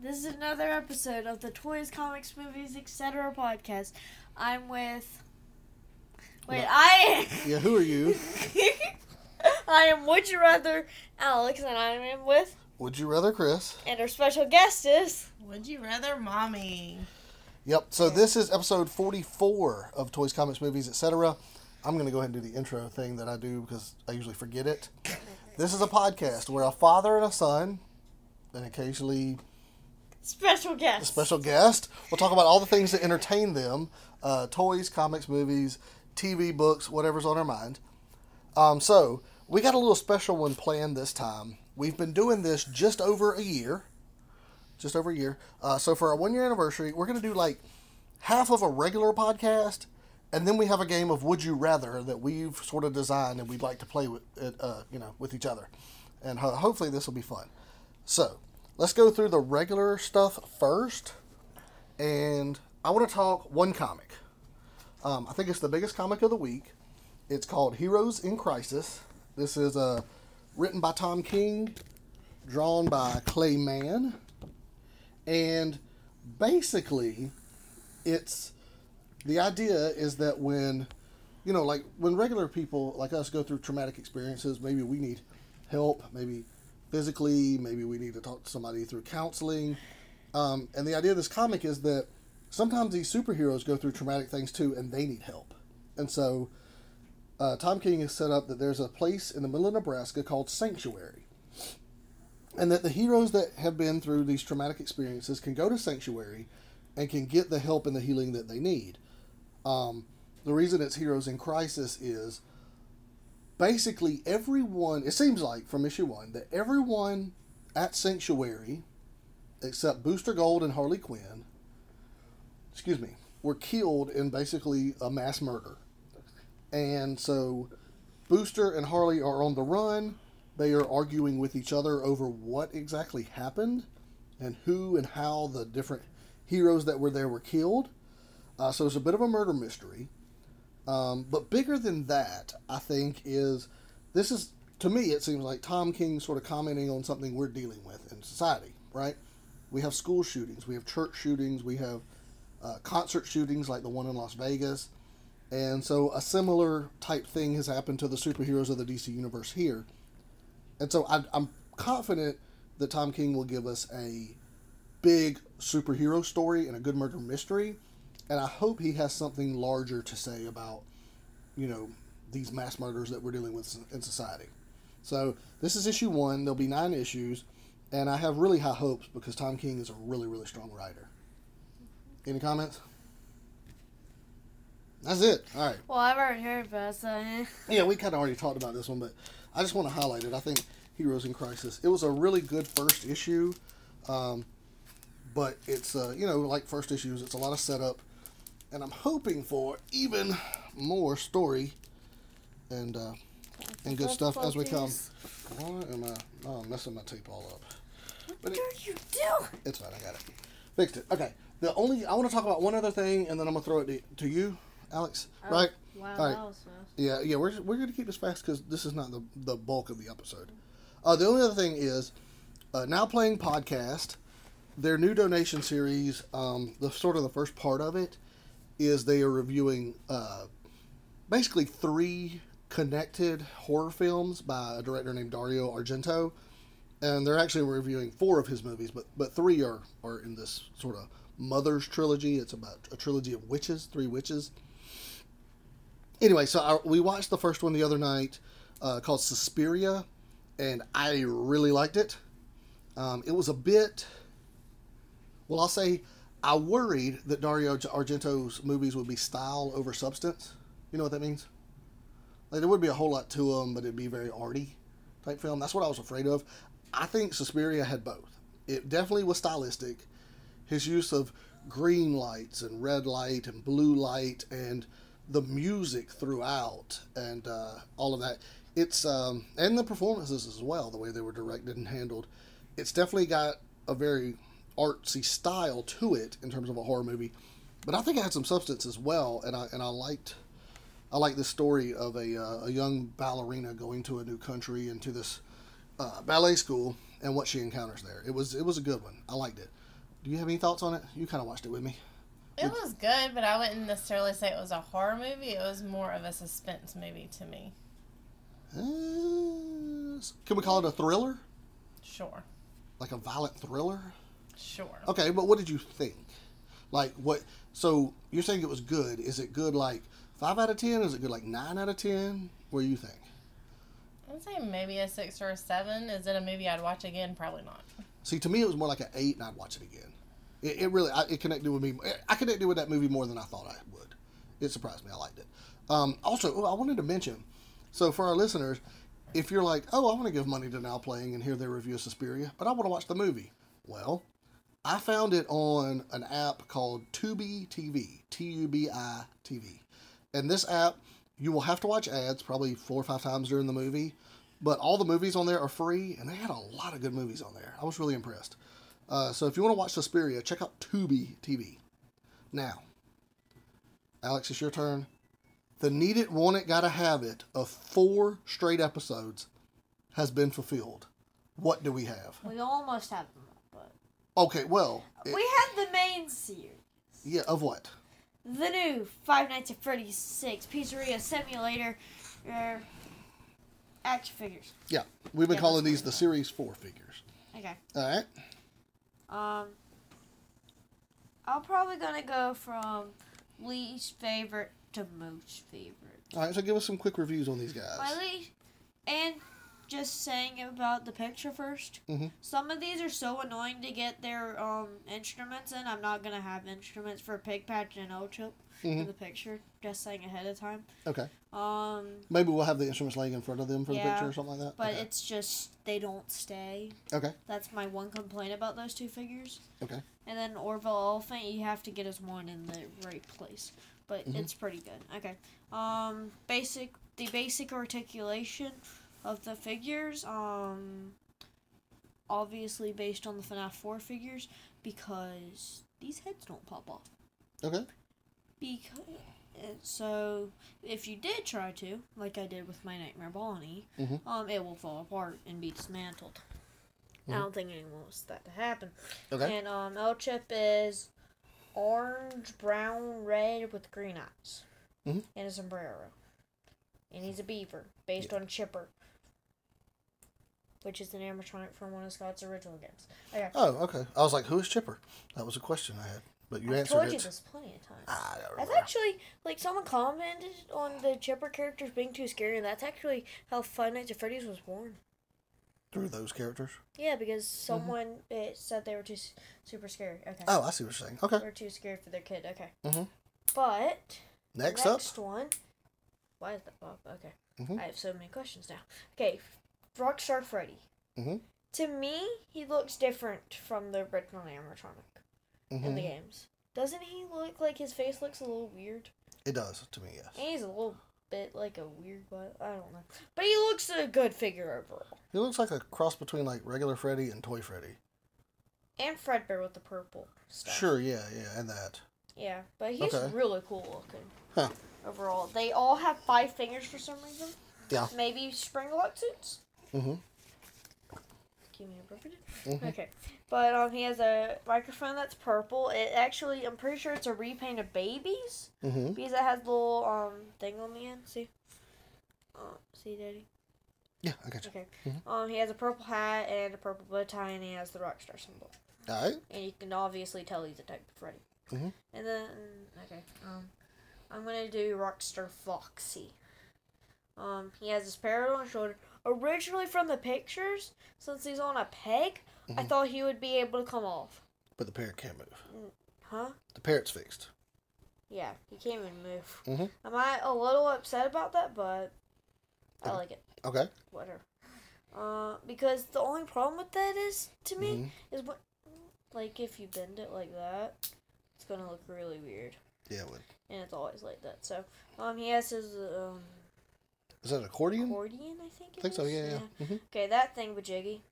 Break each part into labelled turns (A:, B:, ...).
A: This is another episode of the Toys, Comics, Movies, etc. podcast. I'm with. Wait,
B: Well,
A: I.
B: Yeah, who are you?
A: I am Would You Rather Alex, and I am with.
B: Would you rather, Chris?
A: And our special guest is.
C: Would you rather mommy?
B: Yep. So this is episode 44 of Toys, Comics, Movies, etc. I'm going to go ahead and do the intro thing that I do because I usually forget it. This is a podcast where a father and a son, and occasionally
A: Special
B: a
A: guest.
B: special guest, will talk about all the things that entertain them: uh, toys, comics, movies, TV, books, whatever's on our mind. Um, so we got a little special one planned this time. We've been doing this just over a year, just over a year. Uh, so for our one-year anniversary, we're going to do like half of a regular podcast, and then we have a game of Would You Rather that we've sort of designed and we'd like to play with, it, uh, you know, with each other, and ho- hopefully this will be fun. So let's go through the regular stuff first, and I want to talk one comic. Um, I think it's the biggest comic of the week. It's called Heroes in Crisis. This is uh, written by Tom King, drawn by Clay Mann, and basically, it's the idea is that when you know like when regular people like us go through traumatic experiences maybe we need help maybe physically maybe we need to talk to somebody through counseling um, and the idea of this comic is that sometimes these superheroes go through traumatic things too and they need help and so uh, tom king has set up that there's a place in the middle of nebraska called sanctuary and that the heroes that have been through these traumatic experiences can go to sanctuary and can get the help and the healing that they need um, the reason it's heroes in crisis is basically everyone it seems like from issue one that everyone at sanctuary except booster gold and harley quinn excuse me were killed in basically a mass murder and so Booster and Harley are on the run. They are arguing with each other over what exactly happened and who and how the different heroes that were there were killed. Uh, so it's a bit of a murder mystery. Um, but bigger than that, I think, is this is, to me, it seems like Tom King sort of commenting on something we're dealing with in society, right? We have school shootings, we have church shootings, we have uh, concert shootings like the one in Las Vegas. And so a similar type thing has happened to the superheroes of the DC universe here. And so I, I'm confident that Tom King will give us a big superhero story and a good murder mystery. And I hope he has something larger to say about, you know, these mass murders that we're dealing with in society. So this is issue one. There'll be nine issues. And I have really high hopes because Tom King is a really, really strong writer. Any comments? That's it. All right.
A: Well, I've already heard about it, so. eh.
B: Yeah, we kind of already talked about this one, but I just want to highlight it. I think Heroes in Crisis. It was a really good first issue, um, but it's uh, you know like first issues, it's a lot of setup, and I'm hoping for even more story and uh, and good stuff as we come. Why am I? Oh, I'm messing my tape all up. But
A: What
B: it-
A: are you doing?
B: It's fine. I got it. Fixed it. Okay. The only I want to talk about one other thing, and then I'm gonna throw it to, to you, Alex.
A: Oh.
B: Right.
A: Wow,
B: All right.
A: that was fast.
B: Yeah, yeah, we're, we're going to keep this fast because this is not the, the bulk of the episode. Uh, the only other thing is uh, now playing podcast. Their new donation series, um, the sort of the first part of it, is they are reviewing uh, basically three connected horror films by a director named Dario Argento, and they're actually reviewing four of his movies, but but three are are in this sort of Mother's trilogy. It's about a trilogy of witches, three witches anyway, so I, we watched the first one the other night uh, called Suspiria, and I really liked it. Um, it was a bit, well, I'll say, I worried that Dario Argento's movies would be style over substance. You know what that means? Like there would be a whole lot to them, but it'd be very arty type film. That's what I was afraid of. I think Suspiria had both. It definitely was stylistic. His use of green lights and red light and blue light and the music throughout and uh, all of that. It's um, and the performances as well, the way they were directed and handled. It's definitely got a very artsy style to it in terms of a horror movie, but I think it had some substance as well. And I and I liked I like this story of a, uh, a young ballerina going to a new country and to this uh, ballet school and what she encounters there. It was it was a good one. I liked it. Do you have any thoughts on it? You kind of watched it with me.
C: It was good, but I wouldn't necessarily say it was a horror movie. It was more of a suspense movie to me.
B: Uh, can we call it a thriller?
C: Sure.
B: Like a violent thriller?
C: Sure.
A: Oh.
B: Okay, but what did you think? Like what? So you're saying it was good. Is it good like five out of ten? Is it good like nine out of ten? What do you think?
C: I'd say maybe a six or a seven. Is it a movie I'd watch again? Probably not.
B: See, to me, it was more like an eight, and I'd watch it again. It, it really, I, it connected with me. I connected with that movie more than I thought I would. It surprised me. I liked it. Um, also, oh, I wanted to mention. So for our listeners, if you're like, oh, I want to give money to Now Playing and hear their review of Suspiria, but I want to watch the movie. Well, I found it on an app called Tubi TV, T U B I TV. And this app, you will have to watch ads probably four or five times during the movie, but all the movies on there are free, and they had a lot of good movies on there. I was really impressed. Uh, so if you want to watch Suspiria, check out Tubi TV. Now, Alex, it's your turn. The need it, want it, gotta have it of four straight episodes has been fulfilled. What do we have?
A: We almost have them, but
B: Okay, well, it-
A: we have the main series.
B: yeah, of what?
A: The new Five Nights at Freddy's 6 Pizzeria Simulator uh, action figures.
B: Yeah, we've been
A: Yeah,
B: calling
A: that's
B: these the Series 4 figures.
A: Okay.
B: All right.
A: Um, I'm probably gonna go from least favorite to most favorite.
B: All right, so give us some quick reviews on these guys.
A: My least, and just saying about the picture 1st
B: Mhm.
A: Some of these are so annoying to get their um instruments in. I'm not gonna have instruments for Pig Patch and O Chip in
B: Mhm.
A: the picture. Just saying ahead of time.
B: Okay.
A: Um,
B: Maybe we'll have the instruments laying in front of them for the
A: Yeah,
B: picture or something like that.
A: but
B: okay.
A: it's just they don't stay.
B: okay.
A: That's my one complaint about those two figures.
B: Okay.
A: And then Orville Elephant, you have to get his one in the right place, but
B: Mhm.
A: it's pretty good. Okay. Um, basic the basic articulation of the figures. Um, obviously based on the FNAF four figures because these heads don't pop off.
B: Okay.
A: Because so if you did try to, like I did with my Nightmare Bonnie,
B: Mhm.
A: um, it will fall apart and be dismantled. I don't think anyone wants that to happen.
B: Mm-hmm. Okay.
A: And um, L Chip is orange, brown, red with green eyes,
B: Mhm.
A: and a sombrero. And he's a beaver based on Chipper, which is an animatronic from one of Scott's original games. Okay,
B: Oh, okay. I was like, who is Chipper? That was a question I had, but you
A: I've
B: answered
A: told
B: it.
A: you this plenty of times.
B: Ah, I don't
A: That's
B: remember.
A: actually like someone commented on the Chipper characters being too scary, and that's actually how Five Nights at Freddy's was born.
B: Through those characters.
A: Yeah, because someone uh, said they were too s- super scary. Okay,
B: Mm-hmm. Oh, I see what you're saying. Okay.
A: they're too scared for their kid. Okay,
B: Mhm.
A: but
B: Next, up.
A: next one. Why is that Bob? Okay,
B: Mhm.
A: I have so many questions now. Okay, Rockstar Freddy.
B: Mhm.
A: To me, he looks different from the original animatronic in the
B: Mhm.
A: games. Doesn't he look like his face looks a little weird?
B: It does to me. Yes.
A: He's a little bit like a weird one. I don't know. But he looks a good figure overall.
B: He looks like a cross between like regular Freddy and Toy Freddy.
A: And Fredbear with the purple stuff.
B: Sure. Yeah. Yeah. And that.
A: Yeah, but he's
B: Okay.
A: really cool looking
B: Huh.
A: overall. They all have five fingers for some reason.
B: Yeah.
A: Maybe spring lock suits?
B: Mhm.
A: Give me a break.
B: Mhm.
A: Okay. But um, he has a microphone that's purple. It actually, I'm pretty sure it's a repaint of babies
B: Mhm.
A: because it has little um thing on the end. See? Uh, see, Daddy?
B: Yeah. I got you.
A: Okay. Um, he has a purple hat and a purple bow tie, and he has the rock star symbol.
B: All right.
A: And you can obviously tell he's a type of Freddy.
B: Mhm.
A: And then, okay, um, I'm gonna do Rockstar Foxy. Um, he has his parrot on his shoulder. Originally from the pictures, since he's on a peg, I thought he would be able to come off.
B: But the parrot can't move.
A: Huh?
B: The parrot's fixed.
A: Yeah, he can't even move.
B: Mhm.
A: Am I a little upset about that? But I like it.
B: Okay.
A: whatever. Uh, because the only problem with that is to me
B: Mm-hmm.
A: is what, like if you bend it like that, it's gonna look really weird,
B: Yeah. It would.
A: and it's always like that. So, um, he has his um
B: Is that an accordion?
A: accordion, I think.
B: I
A: it
B: think so.
A: is?
B: Yeah. Yeah. Mhm.
A: Okay, that thing with Jiggy.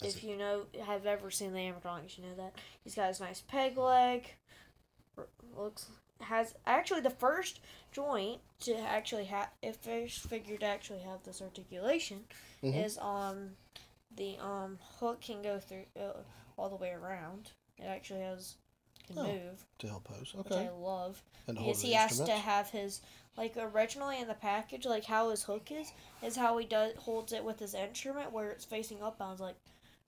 B: That's
A: if you know, have ever seen the animatronics, you know that he's got his nice peg leg. r- Looks has actually the first joint to actually have if first figure to actually have this articulation
B: Mhm.
A: is um the um hook can go through uh, all the way around. It actually has can
B: Oh,
A: move,
B: to help pose.
A: which
B: Okay.
A: I love.
B: And to hold
A: Because
B: the
A: he has to
B: instruments.
A: have his like originally in the package, like how his hook is, is how he does holds it with his instrument where it's facing up. I was like,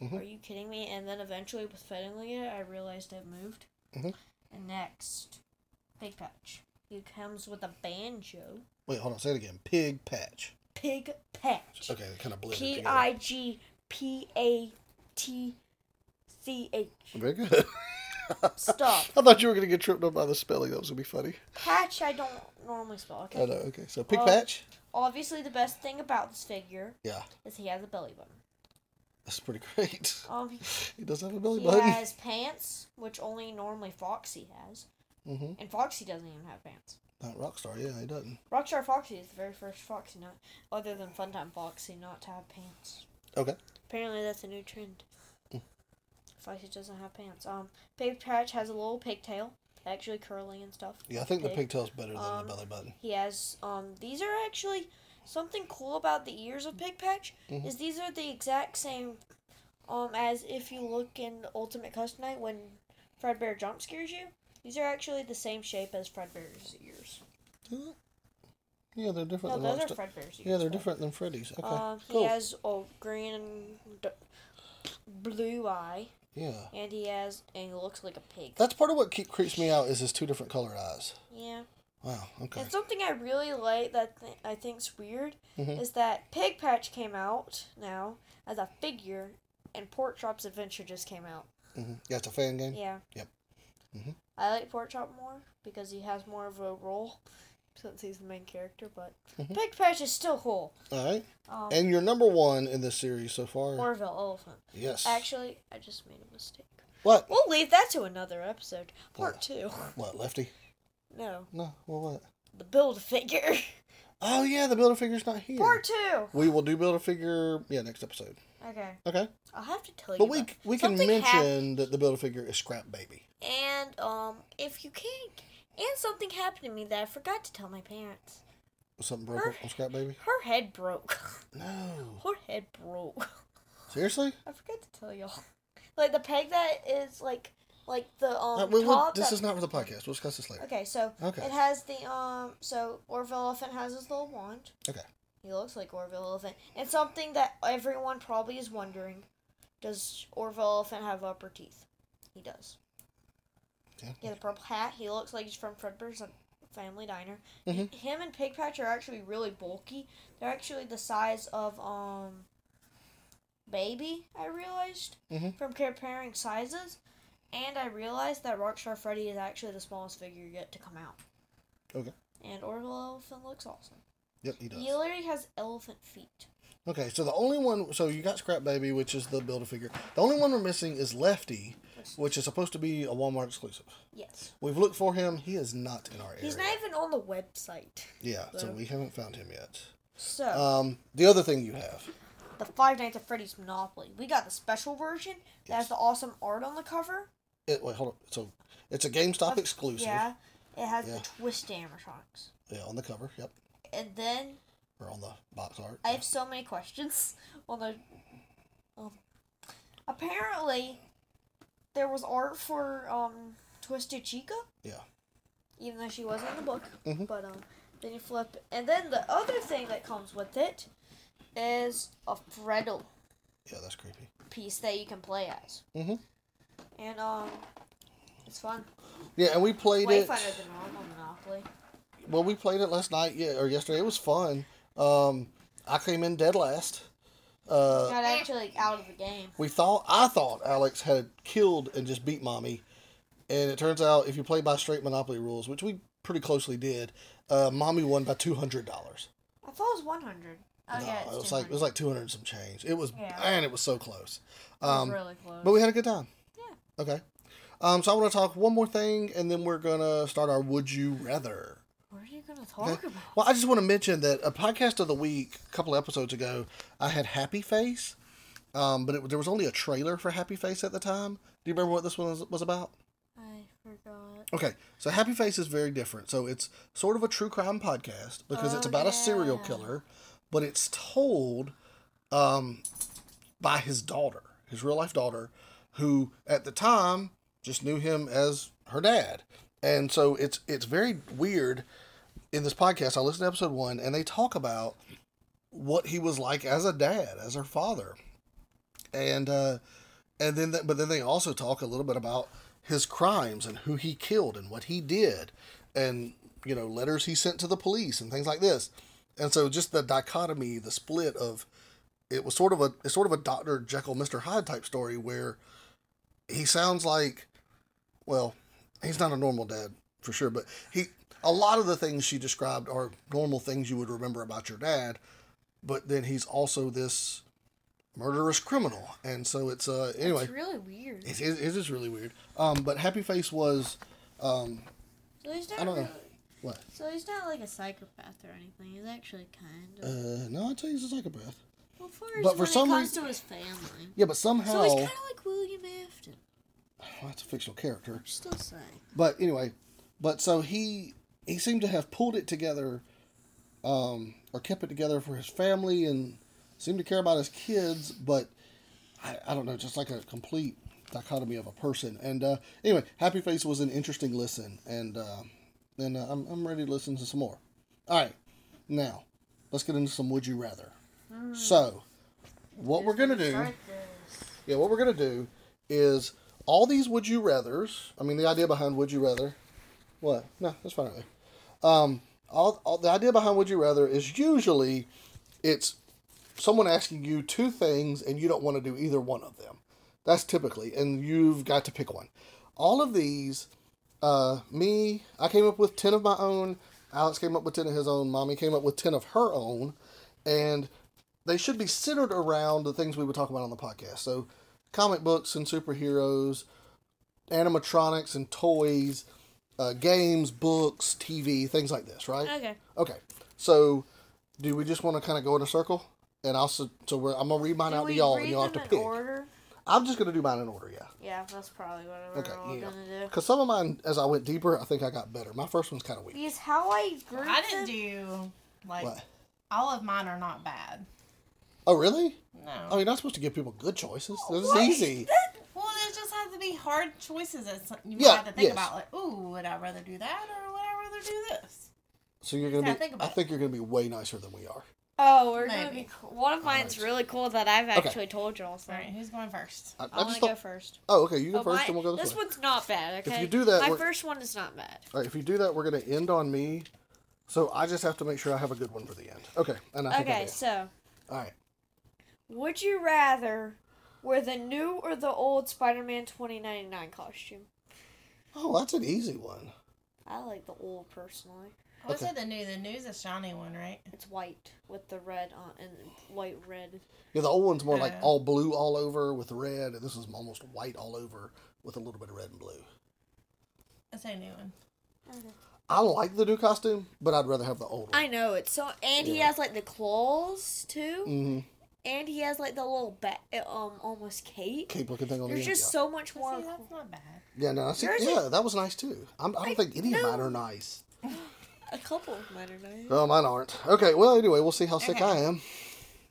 B: Mhm.
A: "Are you kidding me?" And then eventually, with fiddling it, I realized it moved.
B: Mhm.
A: And next, Pig Patch. He comes with a banjo.
B: Wait, hold on. Say it again. Pig patch.
A: Pig Patch.
B: Okay, they kind of blended
A: P
B: together.
A: I G P A T C H.
B: Very good.
A: Stop.
B: I thought you were going to get tripped up by the spelling. That was going to be funny.
A: Patch. I don't normally spell.
B: I
A: Okay.
B: know. Okay, so pig
A: Uh,
B: patch.
A: Obviously, the best thing about this figure
B: Yeah,
A: is he has a belly button.
B: that's pretty great.
A: Um, he
B: Oh, He does have a belly
A: He
B: button.
A: has pants, which only normally Foxy has,
B: Mhm.
A: and Foxy doesn't even have pants.
B: Not Rockstar. Yeah, he doesn't.
A: Rockstar Foxy is the very first Foxy not, other than Funtime Foxy, not to have pants.
B: Okay.
A: Apparently, that's a new trend.
B: Hmm.
A: Foxy doesn't have pants. Um, Pig Patch has a little pigtail, actually curly and stuff.
B: Yeah, I think the
A: Pig.
B: pigtail's better than
A: Um,
B: the belly button.
A: He has um these are actually something cool about the ears of Pig Patch
B: Mm-hmm.
A: is these are the exact same um as if you look in Ultimate Custom Night when Fredbear jump scares you. These are actually the same shape as Fredbear's ears.
B: Yeah, they're
A: No,
B: different than
A: those are
B: Rockstar.
A: Fredbear's ears.
B: yeah, they're
A: though.
B: different than Freddy's. Okay,
A: Um, he
B: cool.
A: has a green and d- blue eye,
B: yeah,
A: and he has and he looks like a pig.
B: that's part of what keep, creeps me out is his two different colored eyes.
A: Yeah.
B: Wow. Okay.
A: And something I really like that th- I think's weird
B: Mhm.
A: is that Pig Patch came out now as a figure, and Pork Chop's Adventure just came out.
B: hmm Yeah, it's a fan game.
A: Yeah.
B: Yep. Mhm.
A: Mm-hmm. I like Pork Chop more because he has more of a role since he's the main character. But Pig Patch is still cool.
B: All right.
A: Um,
B: Mm-hmm. And you're number one in this series so far.
A: Orville Elephant.
B: yes.
A: Actually, I just made a mistake.
B: what?
A: We'll leave that to another episode, part two.
B: What? Lefty?
A: No,
B: No. Well, what?
A: the build figure,
B: Oh yeah, the builder figure's not here.
A: part two.
B: We will do builder figure. Yeah, next episode.
A: Okay,
B: Okay.
A: I'll have to tell you.
B: But we
A: about-
B: we can
A: something
B: mention
A: happened.
B: that the builder figure is Scrap Baby.
A: And um, if you can't, and something happened to me that I forgot to tell my parents.
B: Something broke
A: Her-
B: up on Scrap Baby.
A: Her head broke.
B: No.
A: Her head broke.
B: Seriously?
A: I forgot to tell y'all. Like the peg that is like, like the um
B: Uh, we- we-
A: top.
B: this
A: that-
B: is not for the podcast. We'll discuss this later.
A: Okay, so
B: Okay.
A: it has the um. So Orville Elephant has his little wand.
B: Okay.
A: He looks like Orville Elephant. And something that everyone probably is wondering: Does Orville Elephant have upper teeth? He does.
B: Yeah.
A: He has a purple hat. He looks like he's from Fredbear's Family Diner.
B: Mhm.
A: Him and Pig Patch are actually really bulky. They're actually the size of um. Baby, I realized
B: Mhm.
A: from comparing sizes, and I realized that Rockstar Freddy is actually the smallest figure yet to come out.
B: Okay.
A: And Orville Elephant looks awesome.
B: Yep, he does.
A: He literally has elephant feet.
B: Okay, so the only one, so you got Scrap Baby, which is the builder figure. The only one we're missing is Lefty, which is supposed to be a Walmart exclusive.
A: Yes.
B: We've looked for him. He is not in our
A: He's
B: area.
A: not even on the website.
B: yeah, so
A: though.
B: we haven't found him yet.
A: So,
B: Um, the other thing you have,
A: the Five Nights at Freddy's Monopoly. We got the special version that has the awesome art on the cover.
B: it, wait, hold on. So it's a GameStop exclusive.
A: Yeah. It has
B: Yeah.
A: the twist animatronics.
B: Yeah, on the cover. Yep,
A: And then
B: or on the box art.
A: I have so many questions. Well, the um, apparently there was art for um Twisted Chica,
B: yeah.
A: even though she wasn't in the book.
B: Mhm.
A: But um, then you flip, and then the other thing that comes with it is a Freddle
B: Yeah, that's creepy.
A: piece that you can play as,
B: Mhm.
A: and um, it's fun.
B: Yeah, and we played
A: Way
B: it.
A: funner than normal Monopoly.
B: Well, we played it last night, yeah, or yesterday. It was fun. Um, I came in dead last. Uh,
A: Not actually out of the game.
B: we thought I thought Alex had killed and just beat mommy, and it turns out if you play by straight Monopoly rules, which we pretty closely did, uh, mommy won by two hundred dollars.
A: I thought it was one hundred. Oh yeah,
B: it
A: it's
B: was like it was like two hundred and some change. It was
A: Yeah.
B: and it was so close.
A: was
B: Um,
A: really close.
B: but we had a good time.
A: Yeah.
B: Okay. Um, so I want to talk one more thing, and then we're gonna start our would you rather.
A: what are you gonna talk about?
B: Well, I just want to mention that a podcast of the week, a couple episodes ago, I had Happy Face, um, but it, there was only a trailer for Happy Face at the time. Do you remember what this one was, was about?
A: I forgot.
B: Okay, so Happy Face is very different. So it's sort of a true crime podcast because it's
A: Oh,
B: about a serial
A: yeah.
B: killer, but it's told um, by his daughter, his real life daughter, who at the time just knew him as her dad. And so it's it's very weird in this podcast. I listened to episode one and they talk about what he was like as a dad, as her father. And uh and then th- but then they also talk a little bit about his crimes and who he killed and what he did and you know letters he sent to the police and things like this and so just the dichotomy the split of it was sort of a it's sort of a dr jekyll mr hyde type story where he sounds like well he's not a normal dad for sure but he a lot of the things she described are normal things you would remember about your dad but then he's also this murderous criminal and so it's uh anyway
A: It's really weird.
B: it is, it is really weird. Um, but Happy Face was um,
A: So he's not
B: I don't know.
A: really,
B: what?
A: so he's not like a psychopath or anything. He's actually kind of.
B: Uh, no, I'd say he's a psychopath.
A: well, for, but
B: but for
A: when
B: some
A: it comes
B: reason- Oh.
A: to his family,
B: Yeah, but somehow
A: so he's kind of like William Afton.
B: Well, that's a fictional character.
A: I'm still saying.
B: But anyway, but so he he seemed to have pulled it together, um, or kept it together for his family, and seemed to care about his kids. But I, I don't know, just like a complete dichotomy of a person. And uh, anyway, Happy Face was an interesting listen, and uh, and uh, I'm I'm ready to listen to some more. All right, now let's get into some Would You Rather. So, what we're gonna do? Yeah, what we're gonna do is all these would you rather's. I mean, the idea behind would you rather. What? No, that's fine. Right there. Um, all, all the idea behind would you rather is usually it's someone asking you two things and you don't want to do either one of them. That's typically, and you've got to pick one. All of these, uh, me, I came up with 10 of my own. Alex came up with 10 of his own. Mommy came up with 10 of her own. And they should be centered around the things we would talk about on the podcast. So, comic books and superheroes, animatronics and toys, uh, games, books, TV, things like this, right?
A: Okay.
B: Okay. So, do we just want to kind of go in a circle? And I'll s- so we're, I'm gonna read mine
A: Do
B: out to
A: we
B: y'all,
A: read
B: and y'all have
A: them
B: to
A: in
B: pick.
A: order?
B: I'm just gonna do mine in order, yeah.
A: Yeah, that's probably what I'm
B: Okay,
A: all
B: yeah.
A: gonna do.
B: Because some of mine, as I went deeper, I think I got better. My first one's kind of weak.
A: Because how I group
C: I
A: them-
C: didn't do like
B: What?
C: all of mine are not bad.
B: Oh, really? Oh,
C: No.
B: you're not supposed to give people good choices. This is
A: What?
B: easy.
C: Well, there just has to be hard choices that some- you
B: Yeah,
C: have to think
B: yes.
C: about. Like, ooh, would I rather do that or would I rather do this?
B: So you're gonna
C: Yeah,
B: be.
C: think
B: I
C: about it.
B: think you're gonna be way nicer than we are.
A: Oh, we're gonna
C: Maybe.
A: be. Cool. One of mine's really cool that I've
B: Okay.
A: actually told y'all. So
C: All right, who's going first?
B: I, I
A: I want
B: just
A: to go
B: thought-
A: first.
B: Oh, okay. You go
A: Oh,
B: first,
A: my-
B: and we'll go this,
A: this
B: way.
A: one's not bad. Okay.
B: you do that,
A: my
B: we're-
A: first one is not bad.
B: All right. If you do that, we're gonna end on me. So I just have to make sure I have a good one for the end. Okay. And I think I
A: Okay,
B: do.
A: so
B: All right.
A: would you rather wear the new or the old Spider-Man 2099 costume?
B: Oh, that's an easy one.
A: I like the old personally.
C: What's
B: Okay.
C: it the new? The new's a shiny one, right?
A: It's white with the red on and white red.
B: Yeah, the old one's more like
C: Uh.
B: all blue all over with red, and this is almost white all over with a little bit of red and blue.
C: It's a new one.
B: I like the new costume, but I'd rather have the old one.
A: I know it's so, and he has like the claws too,
B: hmm
A: and he has like the little bat, um, almost cape.
B: Cape looking thing on
A: There's
B: the end.
A: just
B: yeah.
A: so much more.
C: See,
A: cool.
C: that's not bad.
B: yeah, no, I see,
A: Yours is-
B: yeah, that was nice too. I'm, I don't think any of
A: no.
B: mine are nice.
A: A couple of mine are nice.
B: Oh, mine aren't. Okay, well, anyway, we'll see how sick
C: Okay.
B: I am.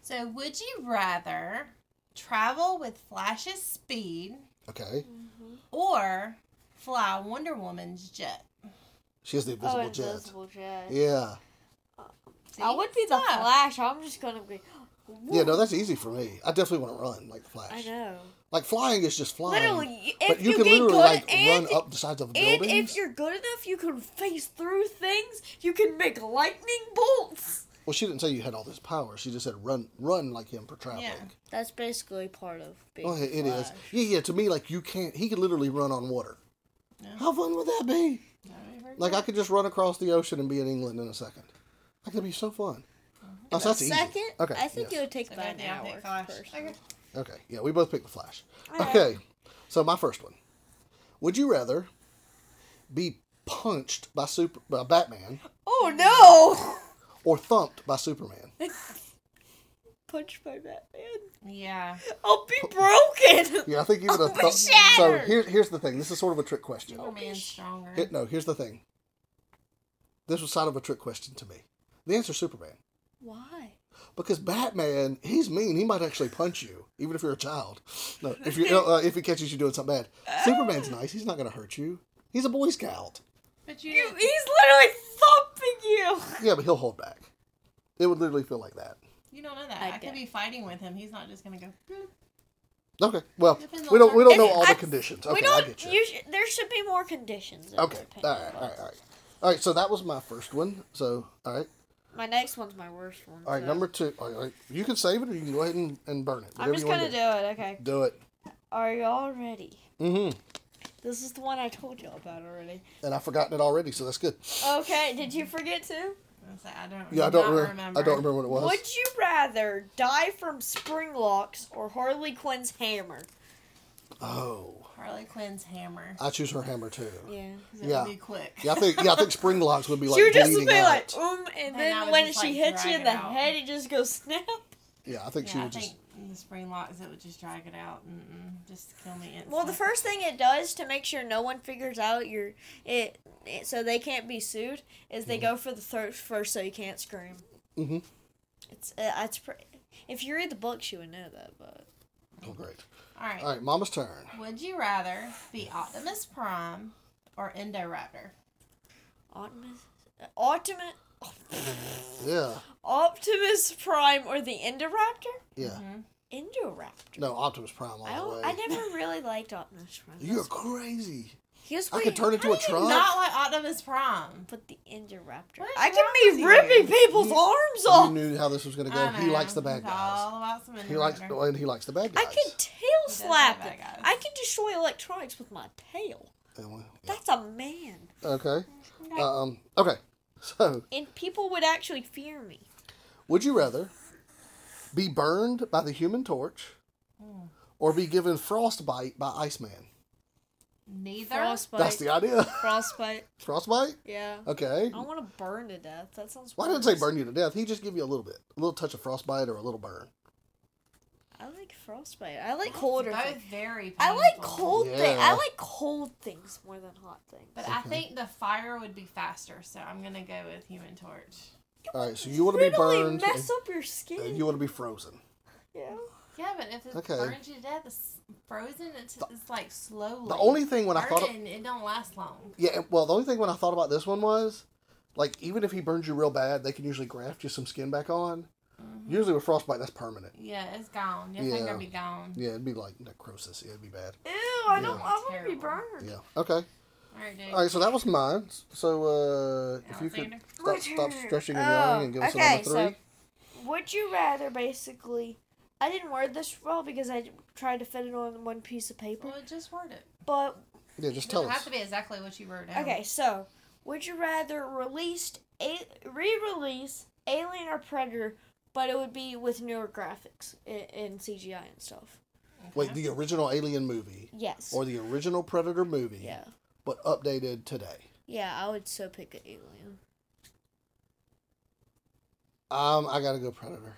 C: So, would you rather travel with Flash's speed
B: Okay,
C: or fly Wonder Woman's jet?
B: she has the invisible
A: oh,
B: jet.
A: invisible jet.
B: Yeah,
A: I
C: See?
A: would be the
C: It's tough.
A: Flash. I'm just gonna be.
B: yeah, no, that's easy for me. I definitely want to run like the Flash.
A: I know.
B: Like flying is just flying.
A: Literally, if
B: but you,
A: you,
B: can
A: get
B: literally
A: good
B: like
A: and,
B: run up the sides of
A: and
B: buildings.
A: if you're good enough, you can phase through things. You can make lightning bolts.
B: Well, she didn't say you had all this power. She just said run, run like him for traveling.
C: Yeah.
A: That's basically part of being.
B: Well, it is. Yeah, yeah. To me, like you can't. He could literally run on water.
C: Yeah.
B: How fun would that be?
C: That would be very
B: Like I
C: cool.
B: could just run across the ocean and be in England in a second. That could be so fun. Oh, so that's easy.
A: Second,
B: Okay.
A: I think
B: yeah.
A: it would take
C: So,
A: about an
C: maybe I'll
A: hour.
C: pick Flash.
A: personally.
C: Okay.
B: Okay. Yeah, we both picked the Flash.
A: Alright.
B: Okay. So my first one. Would you rather be punched by super by Batman
A: Oh
B: or thumped by Superman?
A: no! Punch by Batman.
C: Yeah.
A: I'll be broken.
B: Yeah, I think even a
A: I'll be
B: thump. So
A: shattered.
B: here's here's the thing. This is sort of a trick question.
C: Superman's stronger.
B: Here- no, here's the thing. This was sort of a trick question to me. The answer's Superman.
A: Why?
B: because Batman, he's mean. He might actually punch you, even if you're a child. No, if you uh, if he catches you doing something bad. Superman's nice. He's not going to hurt you. He's a Boy Scout.
C: But you,
A: You,
C: didn't-
A: he's literally thumping you.
B: Yeah, but he'll hold back. It would literally feel like that.
C: you don't know that.
A: I
C: I,
A: get
C: could be fighting with him. He's not just gonna go. "Bloop."
B: Okay. Well,
C: Depends on
B: we don't we don't
A: circumstances.
B: know all the
A: I-
B: conditions. Okay,
A: we
B: I
A: don't.
B: get
A: You.
B: you.
A: sh- there should be more conditions. in my
B: Okay. All
A: opinion,
B: right. All
A: but-
B: right. All right. All right. So that was my first one. So all right.
A: My next one's my worst one.
B: All right.
A: so-
B: Number two. All right, all right. You can save it or you can go ahead and, and burn it.
A: I'm
B: Whatever
A: just
B: you want
A: gonna
B: to
A: do it. Okay.
B: do. Do it.
A: Are y'all ready?
B: Mm-hmm.
A: This is the one I told y'all about already.
B: And I've forgotten it already, so that's good.
A: Okay. Did you forget to?
C: I was like, I don't.
B: Yeah, I
C: do
B: don't
C: not
B: remember. I don't remember what it was.
A: Would you rather die from spring locks or Harley Quinn's hammer?
B: Oh,
C: Harley Quinn's hammer.
B: I choose her hammer too.
A: Yeah.
C: 'cause it
B: Uh, Yeah.
C: would be quick.
B: Yeah, I think yeah, I think spring locks would be like
A: she would just
B: bleeding
A: be like,
B: out.
A: um, and
C: And I
A: then
C: would
A: when
C: just,
A: she
C: like,
A: hits you in
C: drag it
A: the
C: out.
A: head, it just goes snap.
B: yeah, I think she
C: Yeah, I
B: would
C: think
B: just.
C: in the spring locks it would just drag it out. Mm-mm, just kill me instantly.
A: Well, the first thing it does to make sure no one figures out your it, it so they can't be sued is they go for the throat first, so you can't scream. Mm-hmm.
B: Mhm.
A: It's uh, it's pre- if you read the books, you would know that. But
B: Oh, great.
C: All right.
B: All right, Mama's turn.
C: Would you rather be Optimus Prime or Indoraptor?
A: Optimus, Optimus,
B: Yeah,
A: Optimus Prime or the Indoraptor?
B: yeah.
A: Indoraptor.
B: No, Optimus Prime all
A: I
B: the
A: don't.
B: way.
A: Oh, I never really liked Optimus Prime.
B: You're crazy.
A: He was
B: I
A: way-
B: could turn into a truck.
C: Not like Optimus Prime.
A: But the Indoraptor.
C: What is
A: I
C: wrong
A: can
C: with
A: be
C: you?
A: ripping people's
B: You-
A: arms
B: you
A: off.
B: knew how this was going to go.
C: I
B: He
C: know,
B: likes the bad
C: it's
B: guys.
C: All about some
B: He likes
C: Indoraptor.
B: and he likes the bad guys.
A: I can tail
C: does
A: slap
C: have
A: it.
C: bad guys.
A: I can destroy electronics with my tail.
B: And we- yeah.
A: That's a man.
B: Okay.
C: Okay.
B: Um. Okay. So,
A: And people would actually fear me.
B: would you rather be burned by the Human Torch, or be given frostbite by Iceman?
C: Neither.
A: Frostbite.
B: That's the idea.
A: Frostbite.
B: frostbite.
A: Yeah.
B: Okay.
A: I don't want to burn to death. That sounds.
B: Why didn't say
A: gross.
B: burn you to death? He just give you a little bit, a little touch of frostbite or a little burn.
A: I like frostbite. I like colder.
C: Both
A: things.
C: very.
A: I like
C: painful.
A: cold things.
B: Yeah.
A: I like cold things more than hot things.
C: But I think the fire would be faster, so I'm gonna go with Human Torch.
B: All right, so you want to be
A: Literally
B: burned,
A: mess
B: and,
A: up your skin.
B: and you want to be frozen.
A: yeah.
C: Yeah, but if it
B: Okay.
C: burns you to death, it's frozen. It's, it's like slowly.
B: The only thing when I thought, of,
C: burning, it don't last long.
B: yeah, and- well, the only thing when I thought about this one was, like, even if he burns you real bad, they can usually graft you some skin back on.
C: Mm-hmm.
B: Usually with frostbite, that's permanent.
C: Yeah, it's gone. Your finger
B: Yeah.
C: be gone.
B: Yeah, it'd be like necrosis. It'd be bad.
A: Ew, I
B: Yeah.
A: don't. I want to be
C: Terrible.
A: burned.
B: Yeah. Okay.
C: All right, dude.
B: All right. So that was mine. So uh, if you could
C: Alexander.
B: stop, stop stretching and yelling and give us another three.
A: Oh, So, would you rather basically? I didn't word this well because I tried to fit it on one piece of paper.
C: Well, just word it.
A: But
B: yeah, just
C: It doesn't
B: tell
C: have
B: us.
C: to be exactly what you wrote down.
A: okay, so would you rather released a re-release Alien or Predator, but it would be with newer graphics and, and CGI and stuff?
B: Wait, the original Alien movie
A: Yes.
B: or the original Predator movie,
A: yeah.
B: but updated today.
A: Yeah, I would so pick an alien.
B: Um, I gotta go Predator.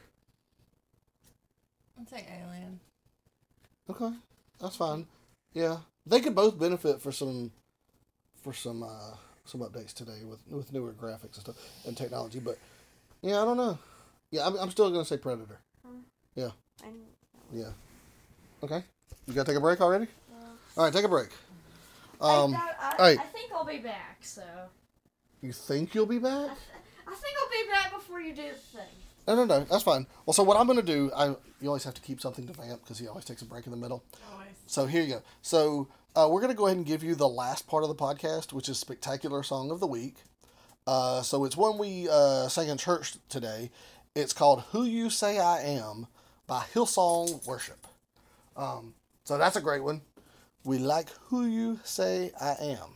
C: It's like alien.
B: Okay, that's fine. Yeah, they could both benefit for some, for some, uh, some updates today with with newer graphics and stuff and technology. But yeah, I don't know. Yeah, I'm, I'm still gonna say Predator. Yeah,
A: And
B: yeah. Okay, you gotta take a break already. All right, take a break. Um,
A: I,
B: all right.
A: I think I'll be back. So
B: you think you'll be back?
A: I think I'll be back before you do the thing.
B: No, no, no. That's fine. Well, so what I'm gonna do, I you always have to keep something to vamp because he always takes a break in the middle.
C: Always.
B: So here you go. So uh, we're going to go ahead and give you the last part of the podcast, which is Spectacular Song of the Week. Uh, so it's one we uh, sang in church today. It's called Who You Say I Am by Hillsong Worship. Um, so that's a great one. We like Who You Say I Am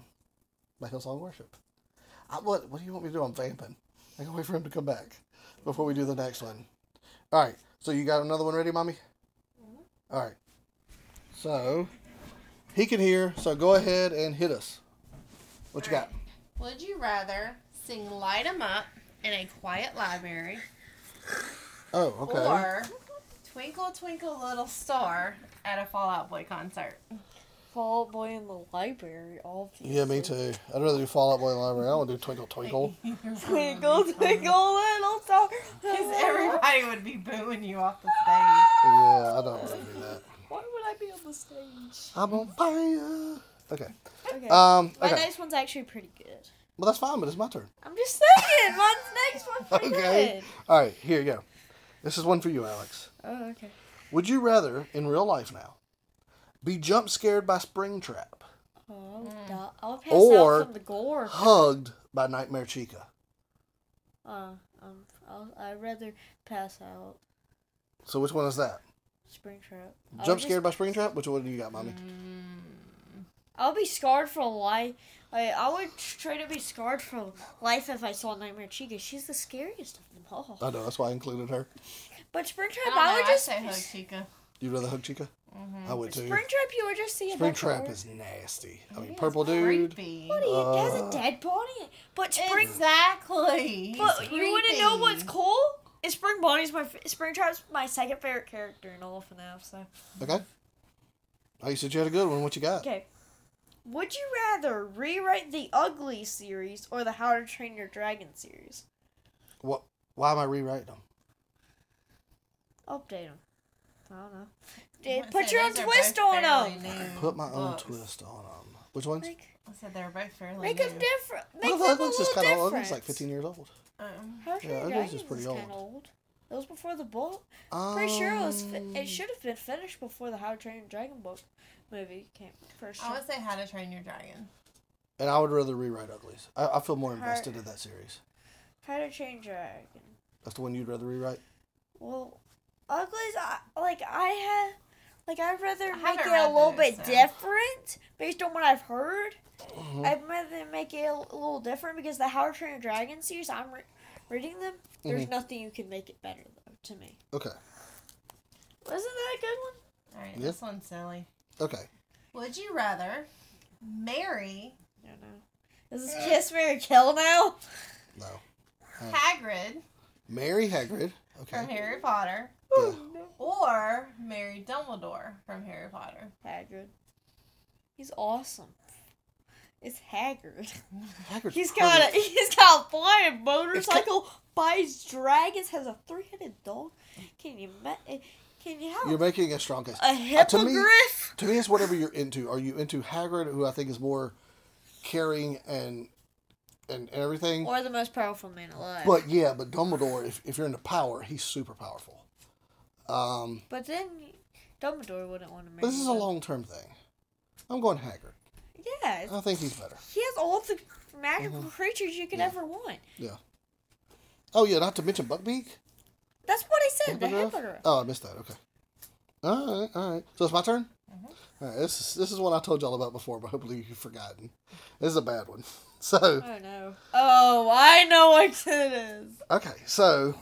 B: by Hillsong Worship. I, what, what do you want me to do? I'm vamping. I can wait for him to come back before we do the next one. All right. So you got another one ready, Mommy? All right. So he can hear. So go ahead and hit us. What you got?
C: Would you rather sing "Light 'Em Up" in a quiet library,
B: Oh, okay.
C: or "Twinkle Twinkle Little Star" at a Fallout Boy concert?
A: Fall Out Boy in the library, obviously.
B: Yeah, me too. I'd rather do Fallout Boy in the library. I don't want to do Twinkle Twinkle.
A: Twinkle, twinkle, little star.
C: Because everybody would be booing you off the stage.
B: Yeah, I don't want to do that.
A: Why would I be on the stage?
B: I'm on fire. Okay.
A: Okay.
B: Um.
A: My
B: Okay.
A: next one's actually pretty good.
B: Well, that's fine, but it's my turn.
A: I'm just saying, my next one's pretty
B: Okay. All right. Here you go. This is one for you, Alex.
A: good. Oh, okay.
B: Would you rather, in real life now, be jump scared by Springtrap,
A: Oh, duh. I'll pass
B: Or-
A: out from the gore.
B: hugged by Nightmare Chica?
A: Uh, um, I'll, I'd rather pass out
B: So which one is that?
A: spring trap. I'll
B: Jump
A: just-
B: scared by Springtrap? Which one do you got, mommy?
C: Mm.
A: I'll be scarred for life. I, I would try to be scarred for life if I saw Nightmare Chica. She's the scariest of them all.
B: I know. That's why I included her.
A: But Springtrap,
C: I,
A: I, would just.
C: say hug Chica.
B: You'd rather hug Chica? I would too.
A: Springtrap, you would just see a bunch of
B: Springtrap
A: or-
B: is nasty. I mean, purple dude.
C: Creepy.
A: What do you- it has
B: Uh.
A: a dead body. But Spring.
C: Exactly.
A: But you want to know what's
C: Creepy.
A: cool? Is Spring Bonnie's my f- Springtrap's my second favorite character in all of FNAF. So
B: Okay. Oh, you said you had a good one. What you got?
A: okay, would you rather rewrite the Ugly series or the How to Train Your Dragon series?
B: What? Why am I rewriting them?
A: Update them. I don't know.
C: I
A: Dude,
C: said
A: put your own
C: those are
A: twist
C: both
A: on
C: fairly
A: them.
C: new
B: Put my own
C: books.
B: twist on them. Which ones?
A: Make,
C: I said they were both fairly
A: make
C: new.
A: them different.
B: One
A: Make
B: of
A: them a
B: the looks
A: little
B: is kind of old.
A: different.
B: It's like 15 years old.
C: Um,
A: How to Train
B: Yeah,
A: Your
B: Ugly's
A: Dragon
B: is
A: is
B: pretty
A: kind of
B: old.
A: old. It was before the book.
B: Um,
A: Pretty sure it was. Fi- it should have been finished before the How to Train Your Dragon book movie came. For sure.
C: I would say How to Train Your Dragon.
B: And I would rather rewrite Uglies. I, I feel more
A: Her-
B: invested in that series.
A: How to Train Your Dragon.
B: That's the one you'd rather rewrite.
A: Well, Ugly's I, like I have. Like I'd rather make
C: haven't
A: it
C: read
A: a little
C: those,
A: bit
C: so.
A: different based on what I've heard.
B: Mm-hmm.
A: I'd rather make it a l- little different because the How to Train Your Dragon series, I'm re- reading them. There's
B: Mm-hmm.
A: nothing you can make it better though to me.
B: Okay.
A: Wasn't that a good one?
C: All right,
B: Yeah.
C: this one's silly.
B: Okay.
C: Would you rather marry
A: I don't know. Is this Kiss Mary Kill now?
B: No.
C: Hagrid
B: Mary Uh, Hagrid.
C: from
B: Okay.
C: Harry Potter
B: Yeah.
C: or marry Dumbledore from Harry Potter?
A: Hagrid. He's awesome. It's Hagrid.
B: Hagrid's
A: He's
B: pretty-
A: got a he's got a flying motorcycle, buys dragons, has a three headed dog. Can you ma- eh, can you have
B: You're making a strong case.
A: a
B: Uh, to me-
A: hippogriff?
B: To me, it's whatever you're into. Are you into Hagrid, who I think is more caring and and everything?
A: or the most powerful man alive.
B: But yeah, but Dumbledore, if, if you're into power, he's super powerful. Um,
A: But then Dumbledore wouldn't want to marry.
B: but this is a
A: him.
B: long term thing. I'm going Hagrid.
A: Yeah, it's-
B: I think he's better.
A: he has all the magical creatures you could ever want.
B: Yeah. Oh yeah, not to mention Buckbeak.
A: That's what I said. The
B: Hippogriff?
A: hippogriff.
B: Oh, I missed that. Okay. All right, all right. So it's my turn. All right, this is this is one I told y'all about before, but hopefully you've forgotten. This is a bad one. So
A: Oh no. Oh, I know what it is.
B: okay, so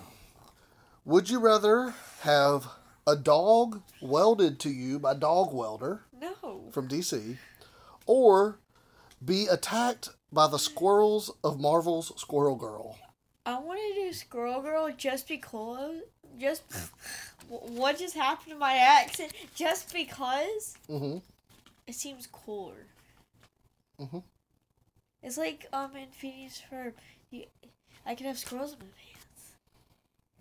B: would you rather have a dog welded to you by dog welder?
A: No.
B: from DC, or be attacked by the squirrels of Marvel's Squirrel Girl.
A: I want to do Squirrel Girl just because. Just wh- what just happened to my accent? Just because
B: hmm
A: it seems cooler.
B: Mhm.
A: It's like um in Phoenix Firm, you, I could have squirrels in my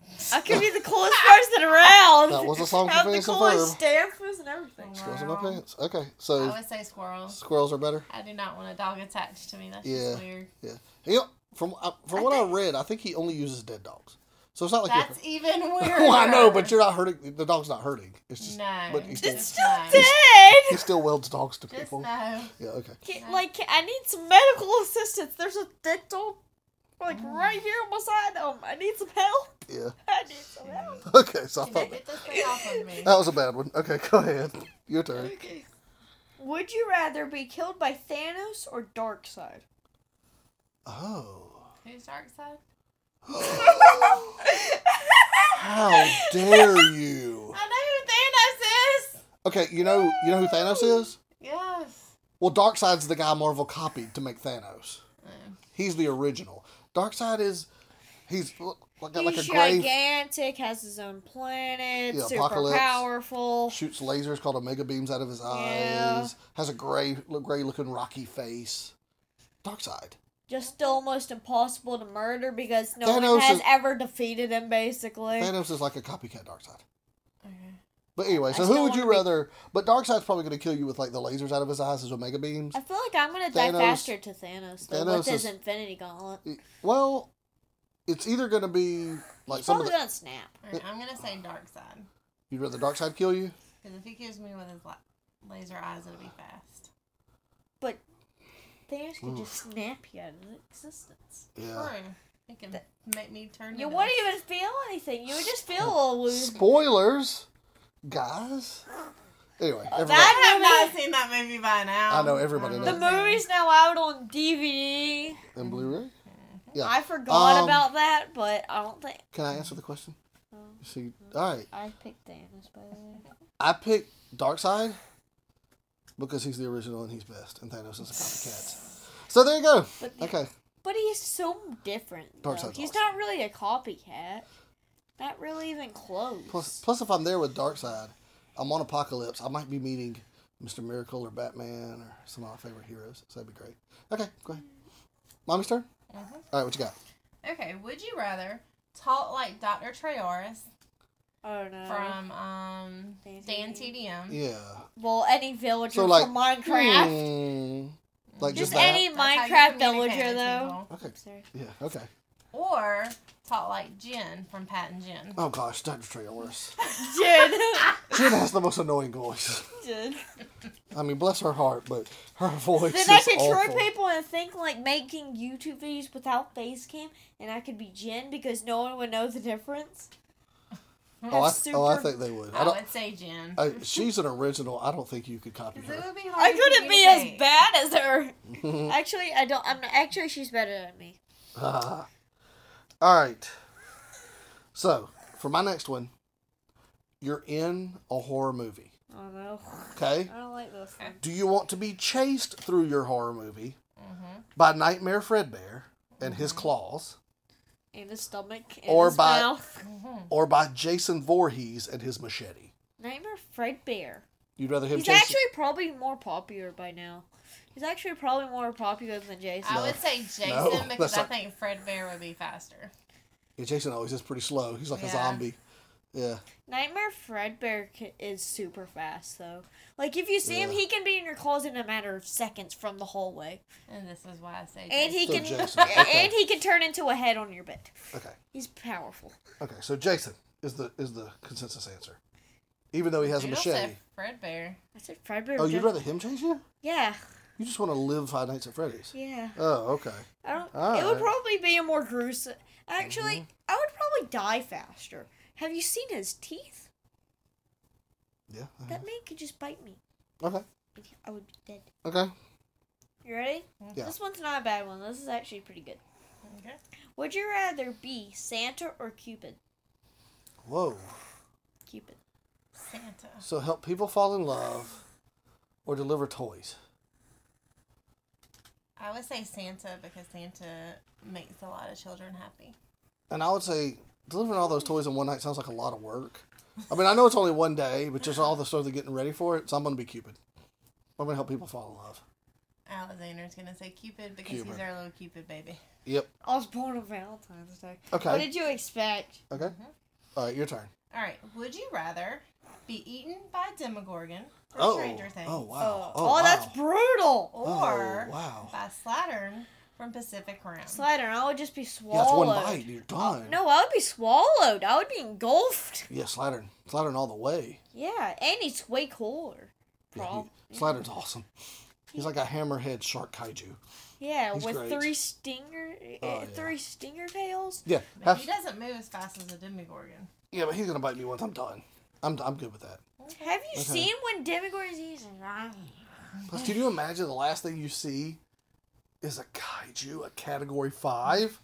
A: pants. I could be the coolest person around.
B: That was a song from
A: Have the
B: Phoenix and
A: coolest
B: Ferb.
A: stampers and everything.
B: Squirrels in
C: Wow.
B: my pants. Okay,
C: I
B: so
C: would say squirrel.
B: squirrels are better.
C: I do not want a dog attached to me. That's
B: Yeah.
C: just weird.
B: Yeah. You know, from uh, from what I read, I think he only uses dead dogs. So it's not like
C: That's
B: you're.
C: even weirder.
B: Well, I know, but you're not hurting. The dog's not hurting. It's just.
C: No.
B: But he still,
A: It's
C: Just
A: still
C: know.
B: he
A: dead.
B: still welds dogs to
C: Just
B: people.
C: know.
B: Yeah. Okay.
A: Ca- Like I need some medical assistance. There's a dental, like right here on my side. Um, I need some help.
B: Yeah.
A: I need some help.
B: Okay. So I
C: Can
B: thought
C: I
B: Uh, that,
C: get this thing off of me?
B: that was a bad one. Okay. Go ahead. Your turn.
A: Okay. Would you rather be killed by Thanos or Darkseid?
B: Oh.
C: Who's dark side?
B: How dare you?
C: I know who Thanos is.
B: Okay, you know you know who Thanos is?
C: Yes.
B: Well, Darkseid's the guy Marvel copied to make Thanos.
C: Mm.
B: He's the original. Darkseid is he's like got
A: He's
B: like a grave
A: gigantic, has his own planet,
B: Yeah,
A: super
B: Apocalypse.
A: powerful.
B: shoots lasers called omega beams out of his
A: Yeah.
B: eyes. Has a gray gray looking rocky face. Dark side.
A: Just almost impossible to murder because no
B: Thanos
A: one has
B: is-
A: ever defeated him. Basically,
B: Thanos is like a copycat Dark side.
C: Okay.
B: But anyway, so
A: still
B: who would
A: wanna
B: you
A: be-
B: rather? But Darkseid's probably going to kill you with like the lasers out of his eyes, his omega beams.
A: I feel like I'm gonna die
B: Thanos-
A: faster to Thanos, than
B: Thanos
A: with his
B: is-
A: Infinity Gauntlet.
B: E, Well, it's either going to be like
A: He's
B: some of
A: probably
B: the.
A: gonna snap.
C: All right, I'm gonna say dark side
B: You'd rather Darkseid kill you?
C: because if he gives me with his la- laser eyes, it'll be fast.
A: But Thanos could just snap you out of existence.
B: Yeah.
C: True. He can make me turn.
A: You
C: into-
A: wouldn't even feel anything. You would just feel a little loose.
B: Spoilers, guys. Anyway, everybody,
A: That
C: I have
A: movie,
C: not seen that movie by now.
B: I know, everybody
C: Um,
A: the
B: knows.
A: movie's now out on DVD.
B: and Blu-ray. Yeah.
A: I forgot
B: Um,
A: about that, but I don't think
B: Can I answer the question?
A: Oh.
B: See, all right.
A: I picked Thanos. By the way,
B: I picked Darkseid because he's the original and he's best, and Thanos is a copycat. So there you go.
A: But the-
B: Okay.
A: but he's so different. Though.
B: Darkseid's
A: He's
B: awesome.
A: not really a copycat. Not really even close.
B: Plus, plus, if I'm there with Darkseid, I'm on Apocalypse. I might be meeting Mr. Miracle or Batman or some of my favorite heroes. So that'd be great. Okay, go ahead. Mommy's turn.
A: Mm-hmm.
C: Mhm.
B: All right, what you got?
C: Okay. Would you rather talk like Dr. Treoris
A: oh no.
C: from um
A: Dan
C: Dan
A: TDM.
C: TDM?
B: Yeah.
A: well, any villager
B: So, like,
A: from Minecraft.
B: Hmm. like
A: Just
B: just, that.
A: any
C: That's how you
A: Minecraft
C: communicate
A: villager
C: with
A: though.
B: okay.
A: I'm sorry.
B: Yeah. Okay.
C: people. Or talk like Jen from Pat and Jen.
B: Oh gosh, Dr. Treoris.
A: Jin.
B: She has the most annoying voice.
A: Jin.
B: I mean, bless her heart, but her voice
A: Then
B: is
A: I could
B: awful.
A: troll people and think like making YouTube videos without face cam, and I could be Jin because no one would know the difference.
B: Oh I,
A: Have
B: oh, I
A: super-
B: think they would. I
C: I
B: don't.
C: would say Jen.
B: I, she's an original. I don't think you could copy
A: Mm-hmm.
C: 'Cause it
B: her.
C: would be hard
A: I
C: to
A: couldn't be as
C: communicate.
A: bad as her. Actually, I don't. I'm not, actually she's better than me.
B: Ah. All right. So for my next one, you're in a horror movie.
A: Oh no,
B: Okay.
A: I don't like this one.
B: Do you want to be chased through your horror movie
A: Mm-hmm.
B: by Nightmare Fredbear and his claws,
A: In his stomach, in
B: Or
A: his
B: by-
A: mouth.
B: or by Jason Voorhees and his machete?
A: Nightmare Fredbear.
B: You'd rather him
A: He's
B: chase.
A: actually probably more popular by now. He's actually probably more popular than Jason.
C: I would say Jason
B: No,
C: because
B: that's
C: I
B: not-
C: think Fred Bear would be faster.
B: yeah, Jason always is pretty slow. He's like a
C: Yeah.
B: zombie. Yeah.
A: Nightmare Fredbear ca- is super fast though. Like if you see him,
B: Yeah.
A: he can be in your closet in a matter of seconds from the hallway,
C: And this is why I say
A: and he
B: So
A: can
B: Jason, okay.
A: and he can turn into a head on your bed.
B: Okay.
A: He's powerful.
B: Okay, so Jason is the is the consensus answer, even though he has a
C: Doodle
B: machete.
C: said Fred Bear.
A: I said Fredbear.
B: Oh, you'd
A: just-
B: rather him chase you?
A: Yeah,
B: You just want to live Five Nights at Freddy's.
A: yeah.
B: Oh, okay.
A: I don't.
B: All
A: it would
B: right.
A: probably be a more gruesome. Actually,
B: Mm-hmm.
A: I would probably die faster. Have you seen his teeth?
B: Yeah.
A: That man could just bite me.
B: Okay.
A: and I would be dead.
B: Okay.
A: You ready?
B: Yeah.
A: This one's not a bad one. This is actually pretty good.
C: Okay.
A: Would you rather be Santa or Cupid?
B: Whoa.
A: Cupid.
C: Santa.
B: So help people fall in love, or deliver toys.
C: I would say Santa because Santa makes a lot of children happy.
B: And I would say delivering all those toys in one night sounds like a lot of work. I mean, I know it's only one day, but just all the stuff they're getting ready for it. So I'm gonna be Cupid. I'm gonna help people fall in love.
C: Alexander's gonna say Cupid because he's
B: Cupid.
C: our little Cupid baby.
B: Yep.
A: I was born on Valentine's Day.
B: Okay.
A: What did you expect?
B: Okay. All right, your turn.
C: All right. Would you rather be eaten by a Demogorgon from
B: Oh.
C: Stranger Things,
B: Oh wow.
A: oh, that's
B: wow.
A: brutal.
C: or
B: Oh, wow.
C: by Slattern from Pacific Rim?
A: Slider, I would just be
B: Yeah, it's one
A: swallowed.
B: bite. and You're done.
A: No, I would be swallowed. I would be engulfed.
B: Yeah, Slattern. Slattern all the way.
A: Yeah, and he's way cooler.
B: Yeah,
A: Prob-
B: he, Slattern's awesome. He's like a hammerhead shark kaiju.
A: Yeah,
B: he's
A: with
B: great.
A: three stinger,
B: Oh,
A: uh,
B: yeah.
A: three stinger tails.
B: Yeah,
C: But
B: half,
C: he doesn't move as fast as a Demogorgon.
B: yeah, but he's gonna bite me once I'm done. I'm, I'm good with that.
A: Have you seen when Demogorgon's eating?
B: Plus, can you imagine the last thing you see is a kaiju, a category five?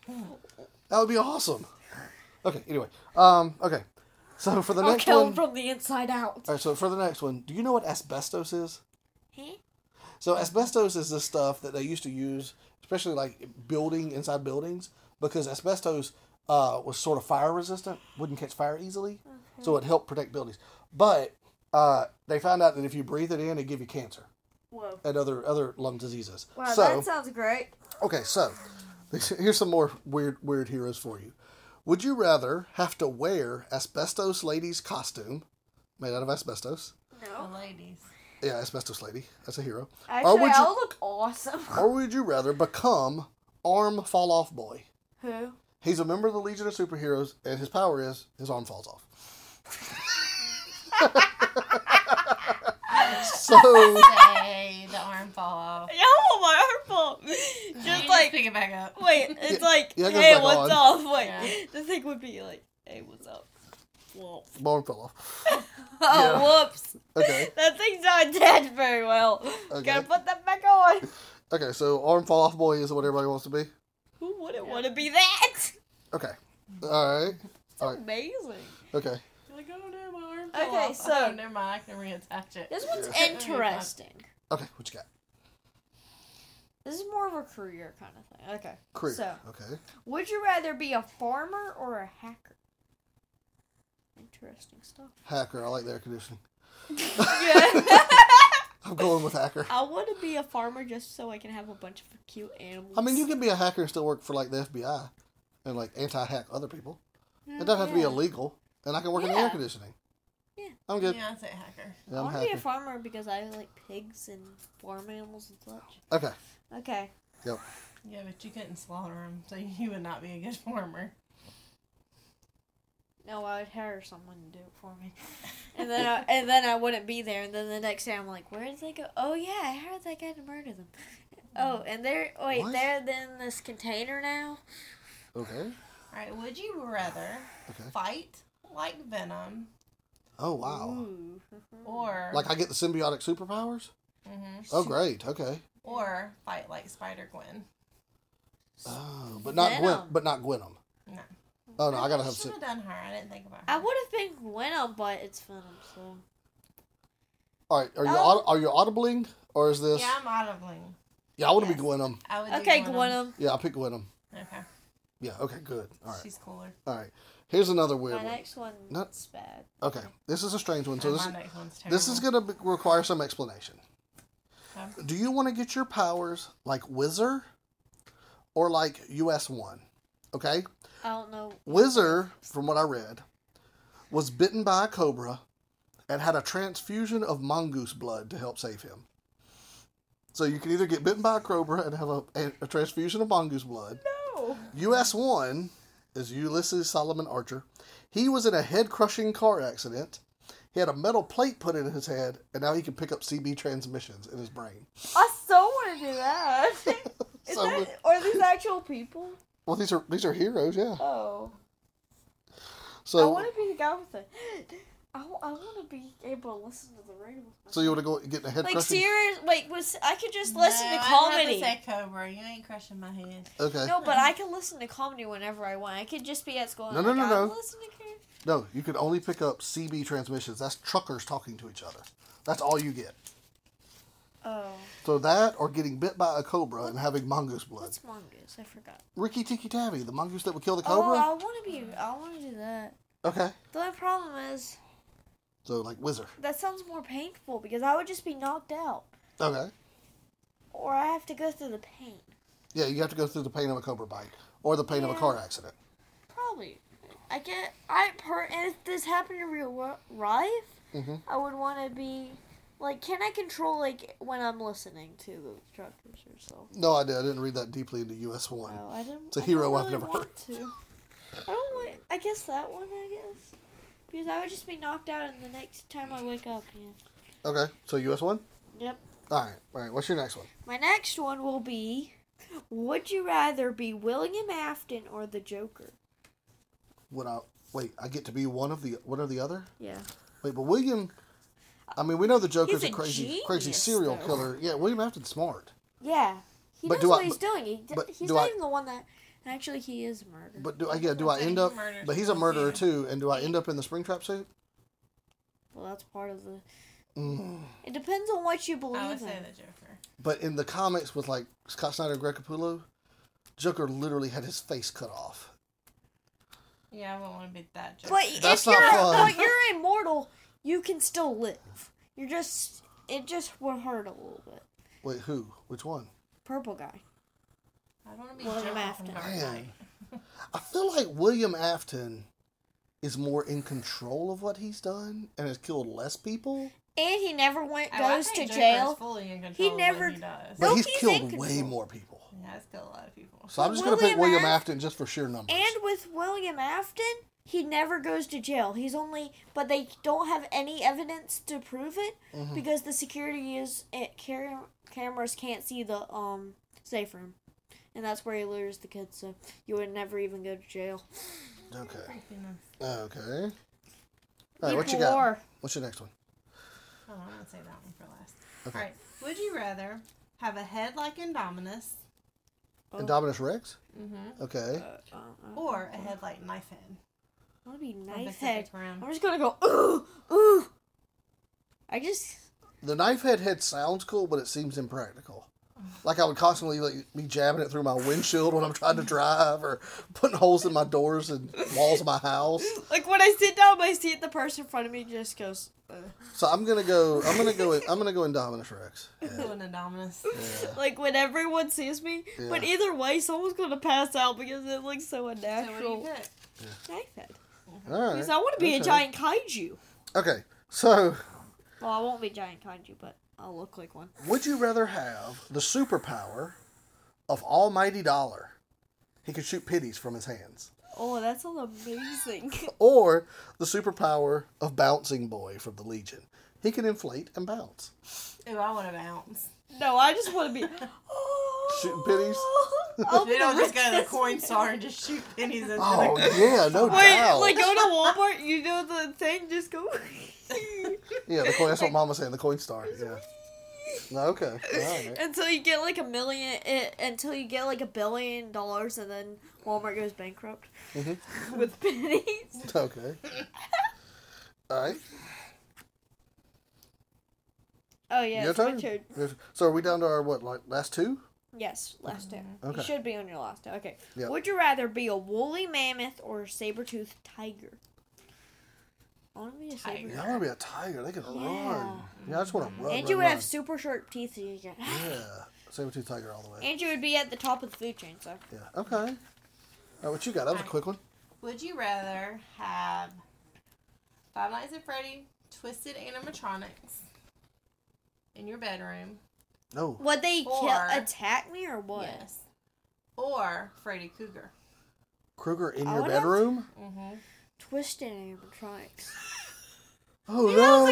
B: That would be awesome. Okay. Anyway, um, okay. So for the
A: I'll
B: next
A: kill
B: one,
A: him from the inside out.
B: all right. So for the next one, do you know what asbestos is?
A: Huh?
B: So asbestos is this stuff that they used to use, especially like building inside buildings, because asbestos uh, was sort of fire resistant, wouldn't catch fire easily, so it helped protect buildings. But uh, they found out that if you breathe it in, it give you cancer
A: Whoa.
B: and other other lung diseases.
D: Wow,
B: so
D: that sounds great.
B: okay, so here's some more weird weird heroes for you. Would you rather have to wear asbestos lady's costume made out of asbestos?
C: The
A: Oh.
D: No.
C: ladies.
B: Yeah, asbestos lady. That's a hero.
D: Actually,
B: Oh, would you-
D: I'll look awesome.
B: Or would you rather become arm fall off boy?
D: Who?
B: He's a member of the Legion of Superheroes, and his power is his arm falls off. so,
C: Say the arm fall off.
A: Oh, my arm pulled.
C: You
A: Just like,
C: pick it back up.
A: wait, it's like,
B: yeah, it goes
A: hey,
B: back
A: what's up? Wait,
C: Yeah.
A: the thing would be like, hey, what's up? Whoa.
B: arm fell off. Yeah.
A: Oh, whoops.
B: Okay,
A: That thing's not dead very well.
B: Okay.
A: Gotta put that back on.
B: okay. So, arm fall off boy is what everybody wants to be.
A: Who wouldn't want to be that? It's
B: Okay, all right, All right.
A: amazing.
B: okay.
C: You're like, oh no, my arm
A: Okay,
C: fell off.
A: so-
C: Oh, never mind, I can reattach it.
A: This one's
C: Yeah.
A: interesting.
B: Okay, what you got?
A: This is more of a career kind of thing. Okay.
B: Career.
A: So,
B: Okay.
A: would you rather be a farmer or a hacker? Interesting stuff.
B: Hacker. I like the air conditioning.
A: Yeah.
B: I'm going with hacker.
A: I want to be a farmer just so I can have a bunch of cute animals.
B: I mean, you can be a hacker and still work for like the FBI and like anti-hack other people. It doesn't have to be
A: Mm, Yeah.
B: illegal, and I can work in the air
A: Yeah.
B: conditioning.
A: Yeah.
B: I'm good.
C: Yeah, I say hacker.
B: Yeah,
A: I
B: I'm
A: want to be a
B: hacker.
A: farmer because I like pigs and farm animals and such.
B: Okay.
A: Okay.
C: Yeah, but you couldn't slaughter them, so you would not be a good farmer.
A: No, I would hire someone to do it for me, and then I, and then I wouldn't be there. And then the next day I'm like, where did they go? Oh yeah, I hired that guy to murder them. Oh, and they're wait,
B: What?
A: they're in this container now.
B: Okay.
C: All right, would you rather
B: Okay.
C: fight like Venom
B: Oh wow.
A: Ooh.
C: or
B: Like I get the symbiotic superpowers?
C: Mhm.
B: Oh great. Okay.
C: or fight like Spider Gwen?
B: Oh, but not Gwen.
A: Venom.
B: But not Gwenum.
C: No.
B: Oh no, I gotta have.
C: should
B: Sim-
C: have done her. I didn't think about her.
A: I would have been Gwen, but it's Venom, so
B: All right. Are you
A: Oh.
B: aud- are you audibling or is this?
C: Yeah, I'm audibling.
B: Yeah, I want to
C: Yes.
B: be Gwenum.
C: I would. do
A: okay,
C: Gwenum.
A: Gwenum.
B: Yeah, I pick Gwenum.
C: Okay.
B: Yeah. Okay. Good. All right.
C: She's cooler.
B: All right. Here's another weird
A: My
B: one.
A: next one
B: No.
A: is bad.
B: Okay. This is a strange one. So
C: And
B: this
C: my
B: is,
C: next one's
B: this is
C: terrible.
B: gonna be- require some explanation.
C: Okay.
B: Do you want to get your powers like Wizard or like US One? Okay.
A: I don't know.
B: Wizard, from what I read, was bitten by a cobra and had a transfusion of mongoose blood to help save him. So you can either get bitten by a cobra and have a, a, a transfusion of mongoose blood.
C: No.
B: US 1 is Ulysses Solomon Archer. He was in a head crushing car accident. He had a metal plate put in his head, and now he can pick up CB transmissions in his brain.
A: I so want to do that. Is
B: So-
A: that are these actual people?
B: Well, these are these are heroes, yeah.
A: Oh, I
B: So,
A: want to be the guy with the. I, want to be able to listen to the radio.
B: so you want to go get in a head
A: Like
B: crushing?
A: serious, like was I could just listen
C: No,
A: to
C: I
A: comedy.
C: have to say Cobra. You ain't crushing my head.
B: Okay.
A: No, but I can listen to comedy whenever I want. I could just be at school. And
B: No,
A: I'm
B: no,
A: like,
B: no,
A: I'm
B: no.
A: Listening to
B: No, you can only pick up CB transmissions. That's truckers talking to each other. That's all you get.
A: oh,
B: So that, or getting bit by a cobra and having mongoose blood.
A: what's mongoose? I forgot.
B: Ricky Tiki Tavi, the mongoose that would kill the
A: Oh,
B: cobra.
A: I want to be. I want to do that.
B: Okay.
A: The only problem is
B: So like wizard.
A: that sounds more painful because I would just be knocked out,
B: Okay.
A: or I have to go through the pain.
B: Yeah, you have to go through the pain of a cobra bite or the pain of a
A: Yeah.
B: car accident.
A: Probably. I get. I per. and If this happened in real wo- life,
B: Mhm.
A: I would want to be. Like, can I control like when I'm listening to the truckers or so?
B: No idea. I didn't read that deeply into US one.
A: No, I didn't.
B: It's a
A: I don't
B: hero I've
A: really
B: never
A: want
B: heard.
A: To. I don't want. I guess that one. I guess because I would just be knocked out, and the next time I wake up, yeah.
B: Okay. So US one.
A: Yep.
B: All right. All right. What's your next one?
A: My next one will be. Would you rather be William Afton or the Joker?
B: Would I wait? I get to be one of the one or the other.
A: Yeah.
B: Wait, but William. I mean, we know the Joker's
A: He's
B: a,
A: a
B: crazy,
A: genius,
B: crazy serial
A: though.
B: killer. Yeah, William Afton's smart.
A: Yeah. He
B: But
A: knows
B: do
A: what
B: I-
A: he's
B: but-
A: doing. He, d-
B: but
A: he's
B: do
A: not
B: I-
A: even the one that. Actually, he is murdered.
B: But do I? Yeah, do I
C: Okay,
B: end
C: he
B: up?
C: murdered
B: But he's a
C: him,
B: murderer
C: yeah.
B: too. And do I end up in the Springtrap suit?
A: Well, that's part of the.
B: Mm.
A: It depends on what you believe
C: I would
A: in.
C: say the Joker.
B: But in the comics with like Scott Snyder and Greg Capullo, Joker literally had his face cut off,
C: Yeah, I wouldn't want to be that joke.
A: But
B: That's
A: if
B: not
A: you're
B: fun.
A: but you're immortal, you can still live. You're just it just would hurt a little bit.
B: Wait, who? Which one?
A: Purple guy.
C: I don't want to be
A: Well, I'm
C: Joker
A: after.
C: from Dark Knight.
B: Man, I feel like William Afton is more in control of what he's done and has killed less people,
A: And he never went
C: Oh, I
A: goes
C: think
A: to
C: Joker is
A: jail.
C: fully in control
A: never-
C: When he does.
B: but
A: No,
B: he's,
A: he's
B: killed
A: in
B: way
A: control.
B: more people.
C: Yeah, it's killed a lot of people.
B: So I'm just going to
A: William
B: pick William
A: Af-
B: Afton just for sheer numbers.
A: And with William Afton, he never goes to jail. He's only, but they don't have any evidence to prove it
B: Mm-hmm.
A: because the security is it, cam- cameras can't see the um safe room, and that's where he lures the kids. So you would never even go to jail.
B: okay.
C: You know,
B: Okay. All right, what you got?
A: Or-
B: What's your next one?
C: Oh, I'm gonna say that one for last.
B: Okay.
C: All right. Would you rather have a head like Indominus
A: Oh.
B: Indominus Rex?
C: Mhm.
B: Okay.
A: Uh, uh, uh,
C: or a head like Knifehead?
A: I'll be
C: from
A: knife
C: Pacific
A: head.
C: Rim?
A: I'm just gonna go ooh ooh. I just
B: The knife head head sounds cool, but it seems impractical. Like I would constantly like be jabbing it through my windshield when I'm trying to drive, or putting holes in my doors and walls of my house.
A: like when I sit down in my seat, the person in front of me just goes. Uh.
B: So I'm gonna go. I'm gonna go. I'm gonna go Indominus Rex.
C: Ooh, an Indominus.
B: Yeah.
A: Like when everyone sees me, but
B: Yeah.
A: either way, someone's gonna pass out because it looks so
C: So what do you
A: unnatural.
C: pick?
A: Knife head.
B: All right.
A: Because I want to be a
B: Okay.
A: giant kaiju.
B: Okay. So,
A: Well, I won't be giant kaiju, but I'll look like one.
B: would you rather have the superpower of Almighty Dollar? He could shoot pitties from his hands,
A: Oh, that sounds amazing.
B: or the superpower of Bouncing Boy from the Legion. He can inflate and bounce.
C: Ooh, I want to bounce.
A: no, I just want to be. "Oh."
B: Shooting pennies?
A: I'll be
C: We
A: Oh, the
C: don't just go to the
A: richest
C: coin
A: man.
C: store and just shoot pennies into
B: Oh
C: the.
B: yeah, no
A: Wait,
B: doubt.
A: like go to Walmart, you know the thing, just go.
B: yeah, the coin, that's what Mama's saying. The coin star. Yeah. No, okay. All right.
A: until you get like a million, it, until you get like a billion dollars, and then Walmart goes bankrupt
B: Mm-hmm.
A: with pennies.
B: Okay. All right.
A: Oh yeah,
B: Your
A: it's my
B: turn.
A: turn.
B: So are we down to our what? Like last two?
A: Yes, last day.
B: Okay.
A: You should be on your last day. Okay.
B: Yeah.
A: Would you rather be a woolly mammoth or a saber-toothed tiger? I want to be a saber.
C: Tiger.
B: Yeah, I want to be a tiger. They can run.
A: Yeah.
B: Yeah, I just want to run.
A: And
B: run,
A: you would
B: run.
A: have super sharp teeth. So you could-
B: Yeah, saber tooth tiger all the way.
A: And you would be at the top of the food chain. So
B: Yeah. Okay. All right, what you got? That was a quick one.
C: Would you rather have Five Nights at Freddy twisted animatronics in your bedroom?
B: No.
A: would they kill,
C: Or-
A: attack me or what?
C: Yes. Or Freddy Cougar.
B: Kruger in
A: I
B: your
A: would have-
B: bedroom?
C: Mm-hmm.
A: Twisted animatronics.
B: Oh
C: How's
B: no!
C: it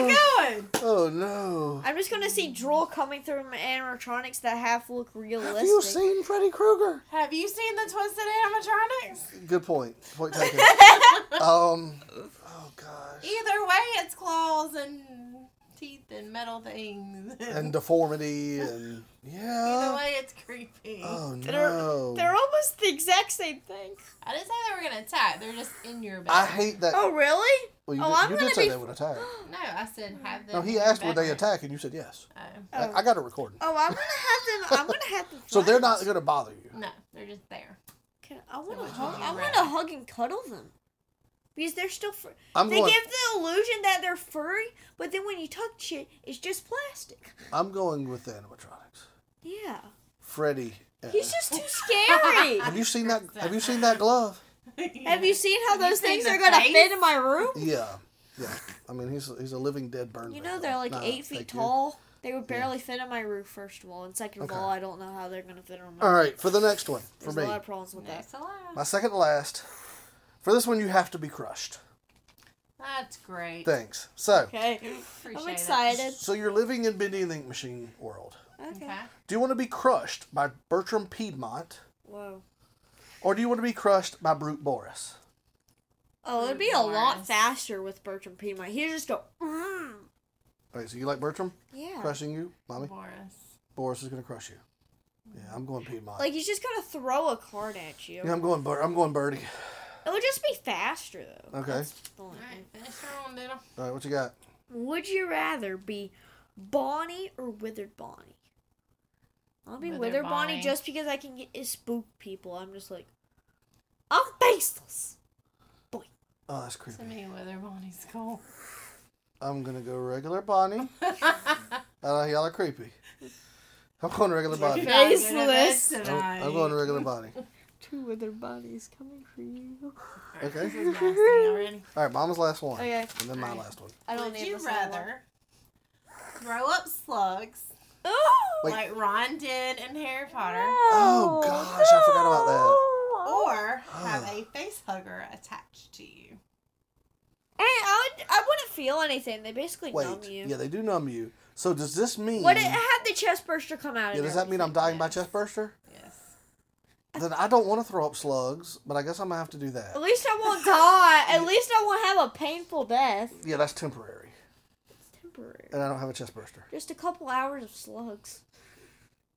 C: going?
B: Oh no!
A: I'm just gonna see drool coming through my animatronics that half look realistic.
B: Have you seen Freddy Krueger?
C: Have you seen the twisted animatronics?
B: Good point. Point taken. um. Oh gosh.
C: Either way, it's claws and teeth and metal things.
B: And uh, deformity and
C: Either
B: yeah.
C: way, it's creepy.
B: Oh
A: They're,
B: no!
A: they're almost the exact same thing.
C: I didn't say they were gonna attack. They're just in your bed.
B: I hate that.
A: Oh really?
B: well, you
A: oh,
B: did,
A: I'm
B: you did
A: gonna
B: say
A: be-
B: they would attack.
C: No, I said have them.
B: No,
C: in
B: he
C: your
B: asked would they
C: bedroom.
B: attack, and you said yes.
C: Oh.
A: Oh,
B: I, I got it recorded.
A: oh I'm gonna have them. I'm gonna have them.
B: So they're
A: fly.
B: not gonna bother you.
C: No, they're just there.
A: Can, I want to
C: would
A: hug.
C: you
A: I want
C: rather?
A: to hug and cuddle them because they're still. Fr-
B: I'm
A: they
B: going.
A: give the illusion that they're furry, but then when you touch it, it's just plastic.
B: I'm going with the animatronics.
A: Yeah,
B: Freddy. uh,
A: he's just too scary.
B: Have you seen that? Have you seen that glove?
A: Have you seen how
C: Have you
A: those
C: seen
A: things
C: the
A: are gonna
C: face?
A: fit in my room?
B: Yeah, yeah. I mean, he's he's a living dead burn.
A: You know
B: victim.
A: they're like
B: No,
A: eight feet
B: thank you.
A: tall. They would barely fit in my roof, first of all, and second
B: Okay.
A: of all, I don't know how they're gonna fit on my.
B: All right, for the next one, for
A: There's
B: me,
A: a lot of problems with that.
C: That's alive.
B: my second to last. For this one, you have to be crushed.
C: That's great.
B: Thanks. So,
A: Okay,
C: Appreciate
A: I'm
C: it.
A: excited.
B: so you're living in Bendy and the Ink Machine world.
A: Okay.
C: Okay.
B: Do you want to be crushed by Bertram Piedmont,
A: Whoa.
B: or do you want to be crushed by Brute Boris?
A: Oh, it'd
C: Brute
A: be a lot
C: Boris.
A: faster with Bertram Piedmont. He'd just go. Mm.
B: All right, so you like Bertram
A: Yeah.
B: crushing you, mommy?
C: Boris.
B: Boris is gonna crush you. Yeah, I'm going Piedmont.
A: Like he's just gonna throw a card at you.
B: yeah, I'm going. Bur- I'm going Birdie.
A: It would just be faster though.
B: Okay.
A: That's the only
C: All right,
A: thing.
C: finish your own diddle.
B: All right, what you got?
A: Would you rather be Bonnie or Withered Bonnie? I'll be
C: Withered
A: Withered, Bonnie.
C: Bonnie.
A: just because I can get spook people. I'm just like, I'm faceless.
B: Oh, that's
C: To
B: creepy.
C: me, whether Bonnie's cool.
B: I'm gonna go regular Bonnie. I know y'all are creepy. I'm going regular Bonnie.
C: Oh,
A: Faceless.
B: I'm, I'm going regular Bonnie.
A: Two other bodies coming for you.
B: Okay.
C: This is nasty already.
B: All right, Mama's last one,
A: Okay,
B: and then my
C: Alright.
B: last one.
A: I don't
C: Would
A: need
C: you
A: this anymore.
C: rather throw up slugs
A: Oh,
B: Wait.
C: like Ron did in Harry Potter,
B: Oh, gosh, I forgot about
A: that.
C: or have
B: Ah.
C: a face hugger attached to you?
A: And I, would, I wouldn't feel anything. They basically numb
B: Wait,
A: you.
B: yeah, they do numb you. So does this mean?
A: What it had the chest burster come out?
B: yeah,
A: and
B: does that mean I'm dying by chest burster?
C: Yes.
B: Then I don't want to throw up slugs, but I guess I'm gonna have to do that.
A: At least I won't die. At least I won't have a painful death.
B: Yeah, that's temporary,
A: It's temporary.
B: and I don't have a chest burster.
A: Just a couple hours of slugs.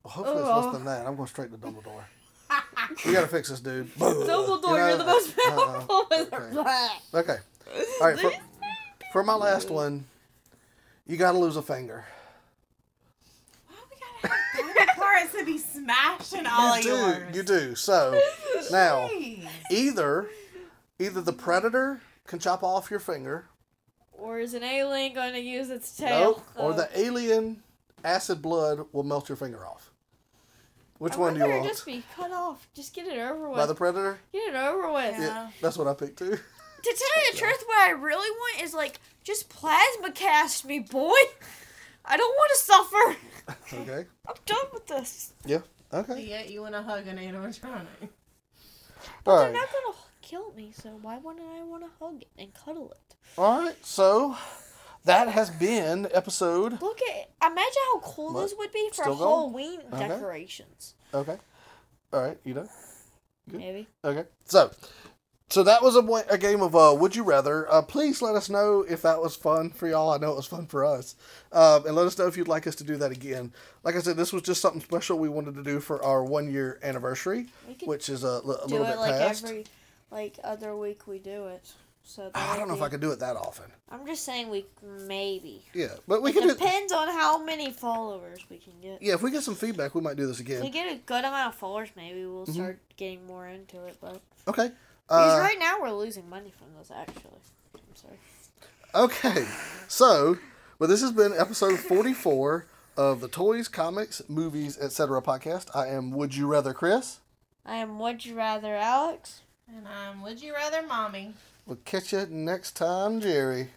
B: Well, hopefully it's
A: Oh.
B: less than that. I'm going straight to Dumbledore. we gotta fix this, dude. Dumbledore,
A: Dumbledore, you're the most powerful
B: uh, okay.
A: wizard.
B: Okay. All right. For, for my last one, you gotta lose a finger.
C: Why we gotta have private parts to be smashing
A: Oh,
B: you
C: all of
B: do.
C: yours?
B: You do. So now,
C: Jeez.
B: either either the predator can chop off your finger,
A: Or is an alien going to use its tail? Uh,
B: nope, or the alien acid blood will melt your finger off. Which
A: I
B: one do you
A: rather
B: want?
A: Just be cut off. Just get it over with.
B: By the predator.
A: Get it over with.
C: Yeah.
B: that's what I picked too.
A: To tell you the truth, what I really want is like just plasma cast me, boy. I don't want to suffer.
B: okay.
A: I'm done with this.
B: Yeah. Okay.
C: Yet you want to hug an animatronic.
B: All
A: They're
B: right.
A: not gonna kill me, so why wouldn't I want to hug it and cuddle it?
B: All right. So that has been episode.
A: Look at imagine how cool
B: What?
A: this would be for
B: Still going?
A: Halloween
B: Okay.
A: decorations.
B: Okay. All right. You know.
A: Maybe.
B: Okay. So, so that was a, wa- a game of uh, Would You Rather. Uh, please let us know if that was fun for y'all. I know it was fun for us. Um, and let us know if you'd like us to do that again. Like I said, this was just something special we wanted to do for our one year anniversary,
A: We could
B: which is a, li- a
A: do
B: little
A: it
B: bit
A: like
B: past.
A: every like other week we do it. So that
B: I
A: would
B: don't know if
A: be-
B: I could do it that often.
A: I'm just saying we maybe.
B: Yeah, but we
A: It
B: could. Do,
A: depends on how many followers we can get.
B: yeah, if we get some feedback, we might do this
A: If we
B: again.
A: get a good amount of followers, maybe we'll start getting more into it. But
B: Okay.
A: because
B: Mm-hmm. Uh,
A: right now we're losing money from this, actually. I'm sorry.
B: okay. So, well, this has been episode forty-four of the Toys, Comics, Movies, etc. podcast. I am Would You Rather, Chris.
A: I am Would You Rather Alex.
C: And I'm Would um, You Rather Mommy.
B: We'll catch you next time, Jerry.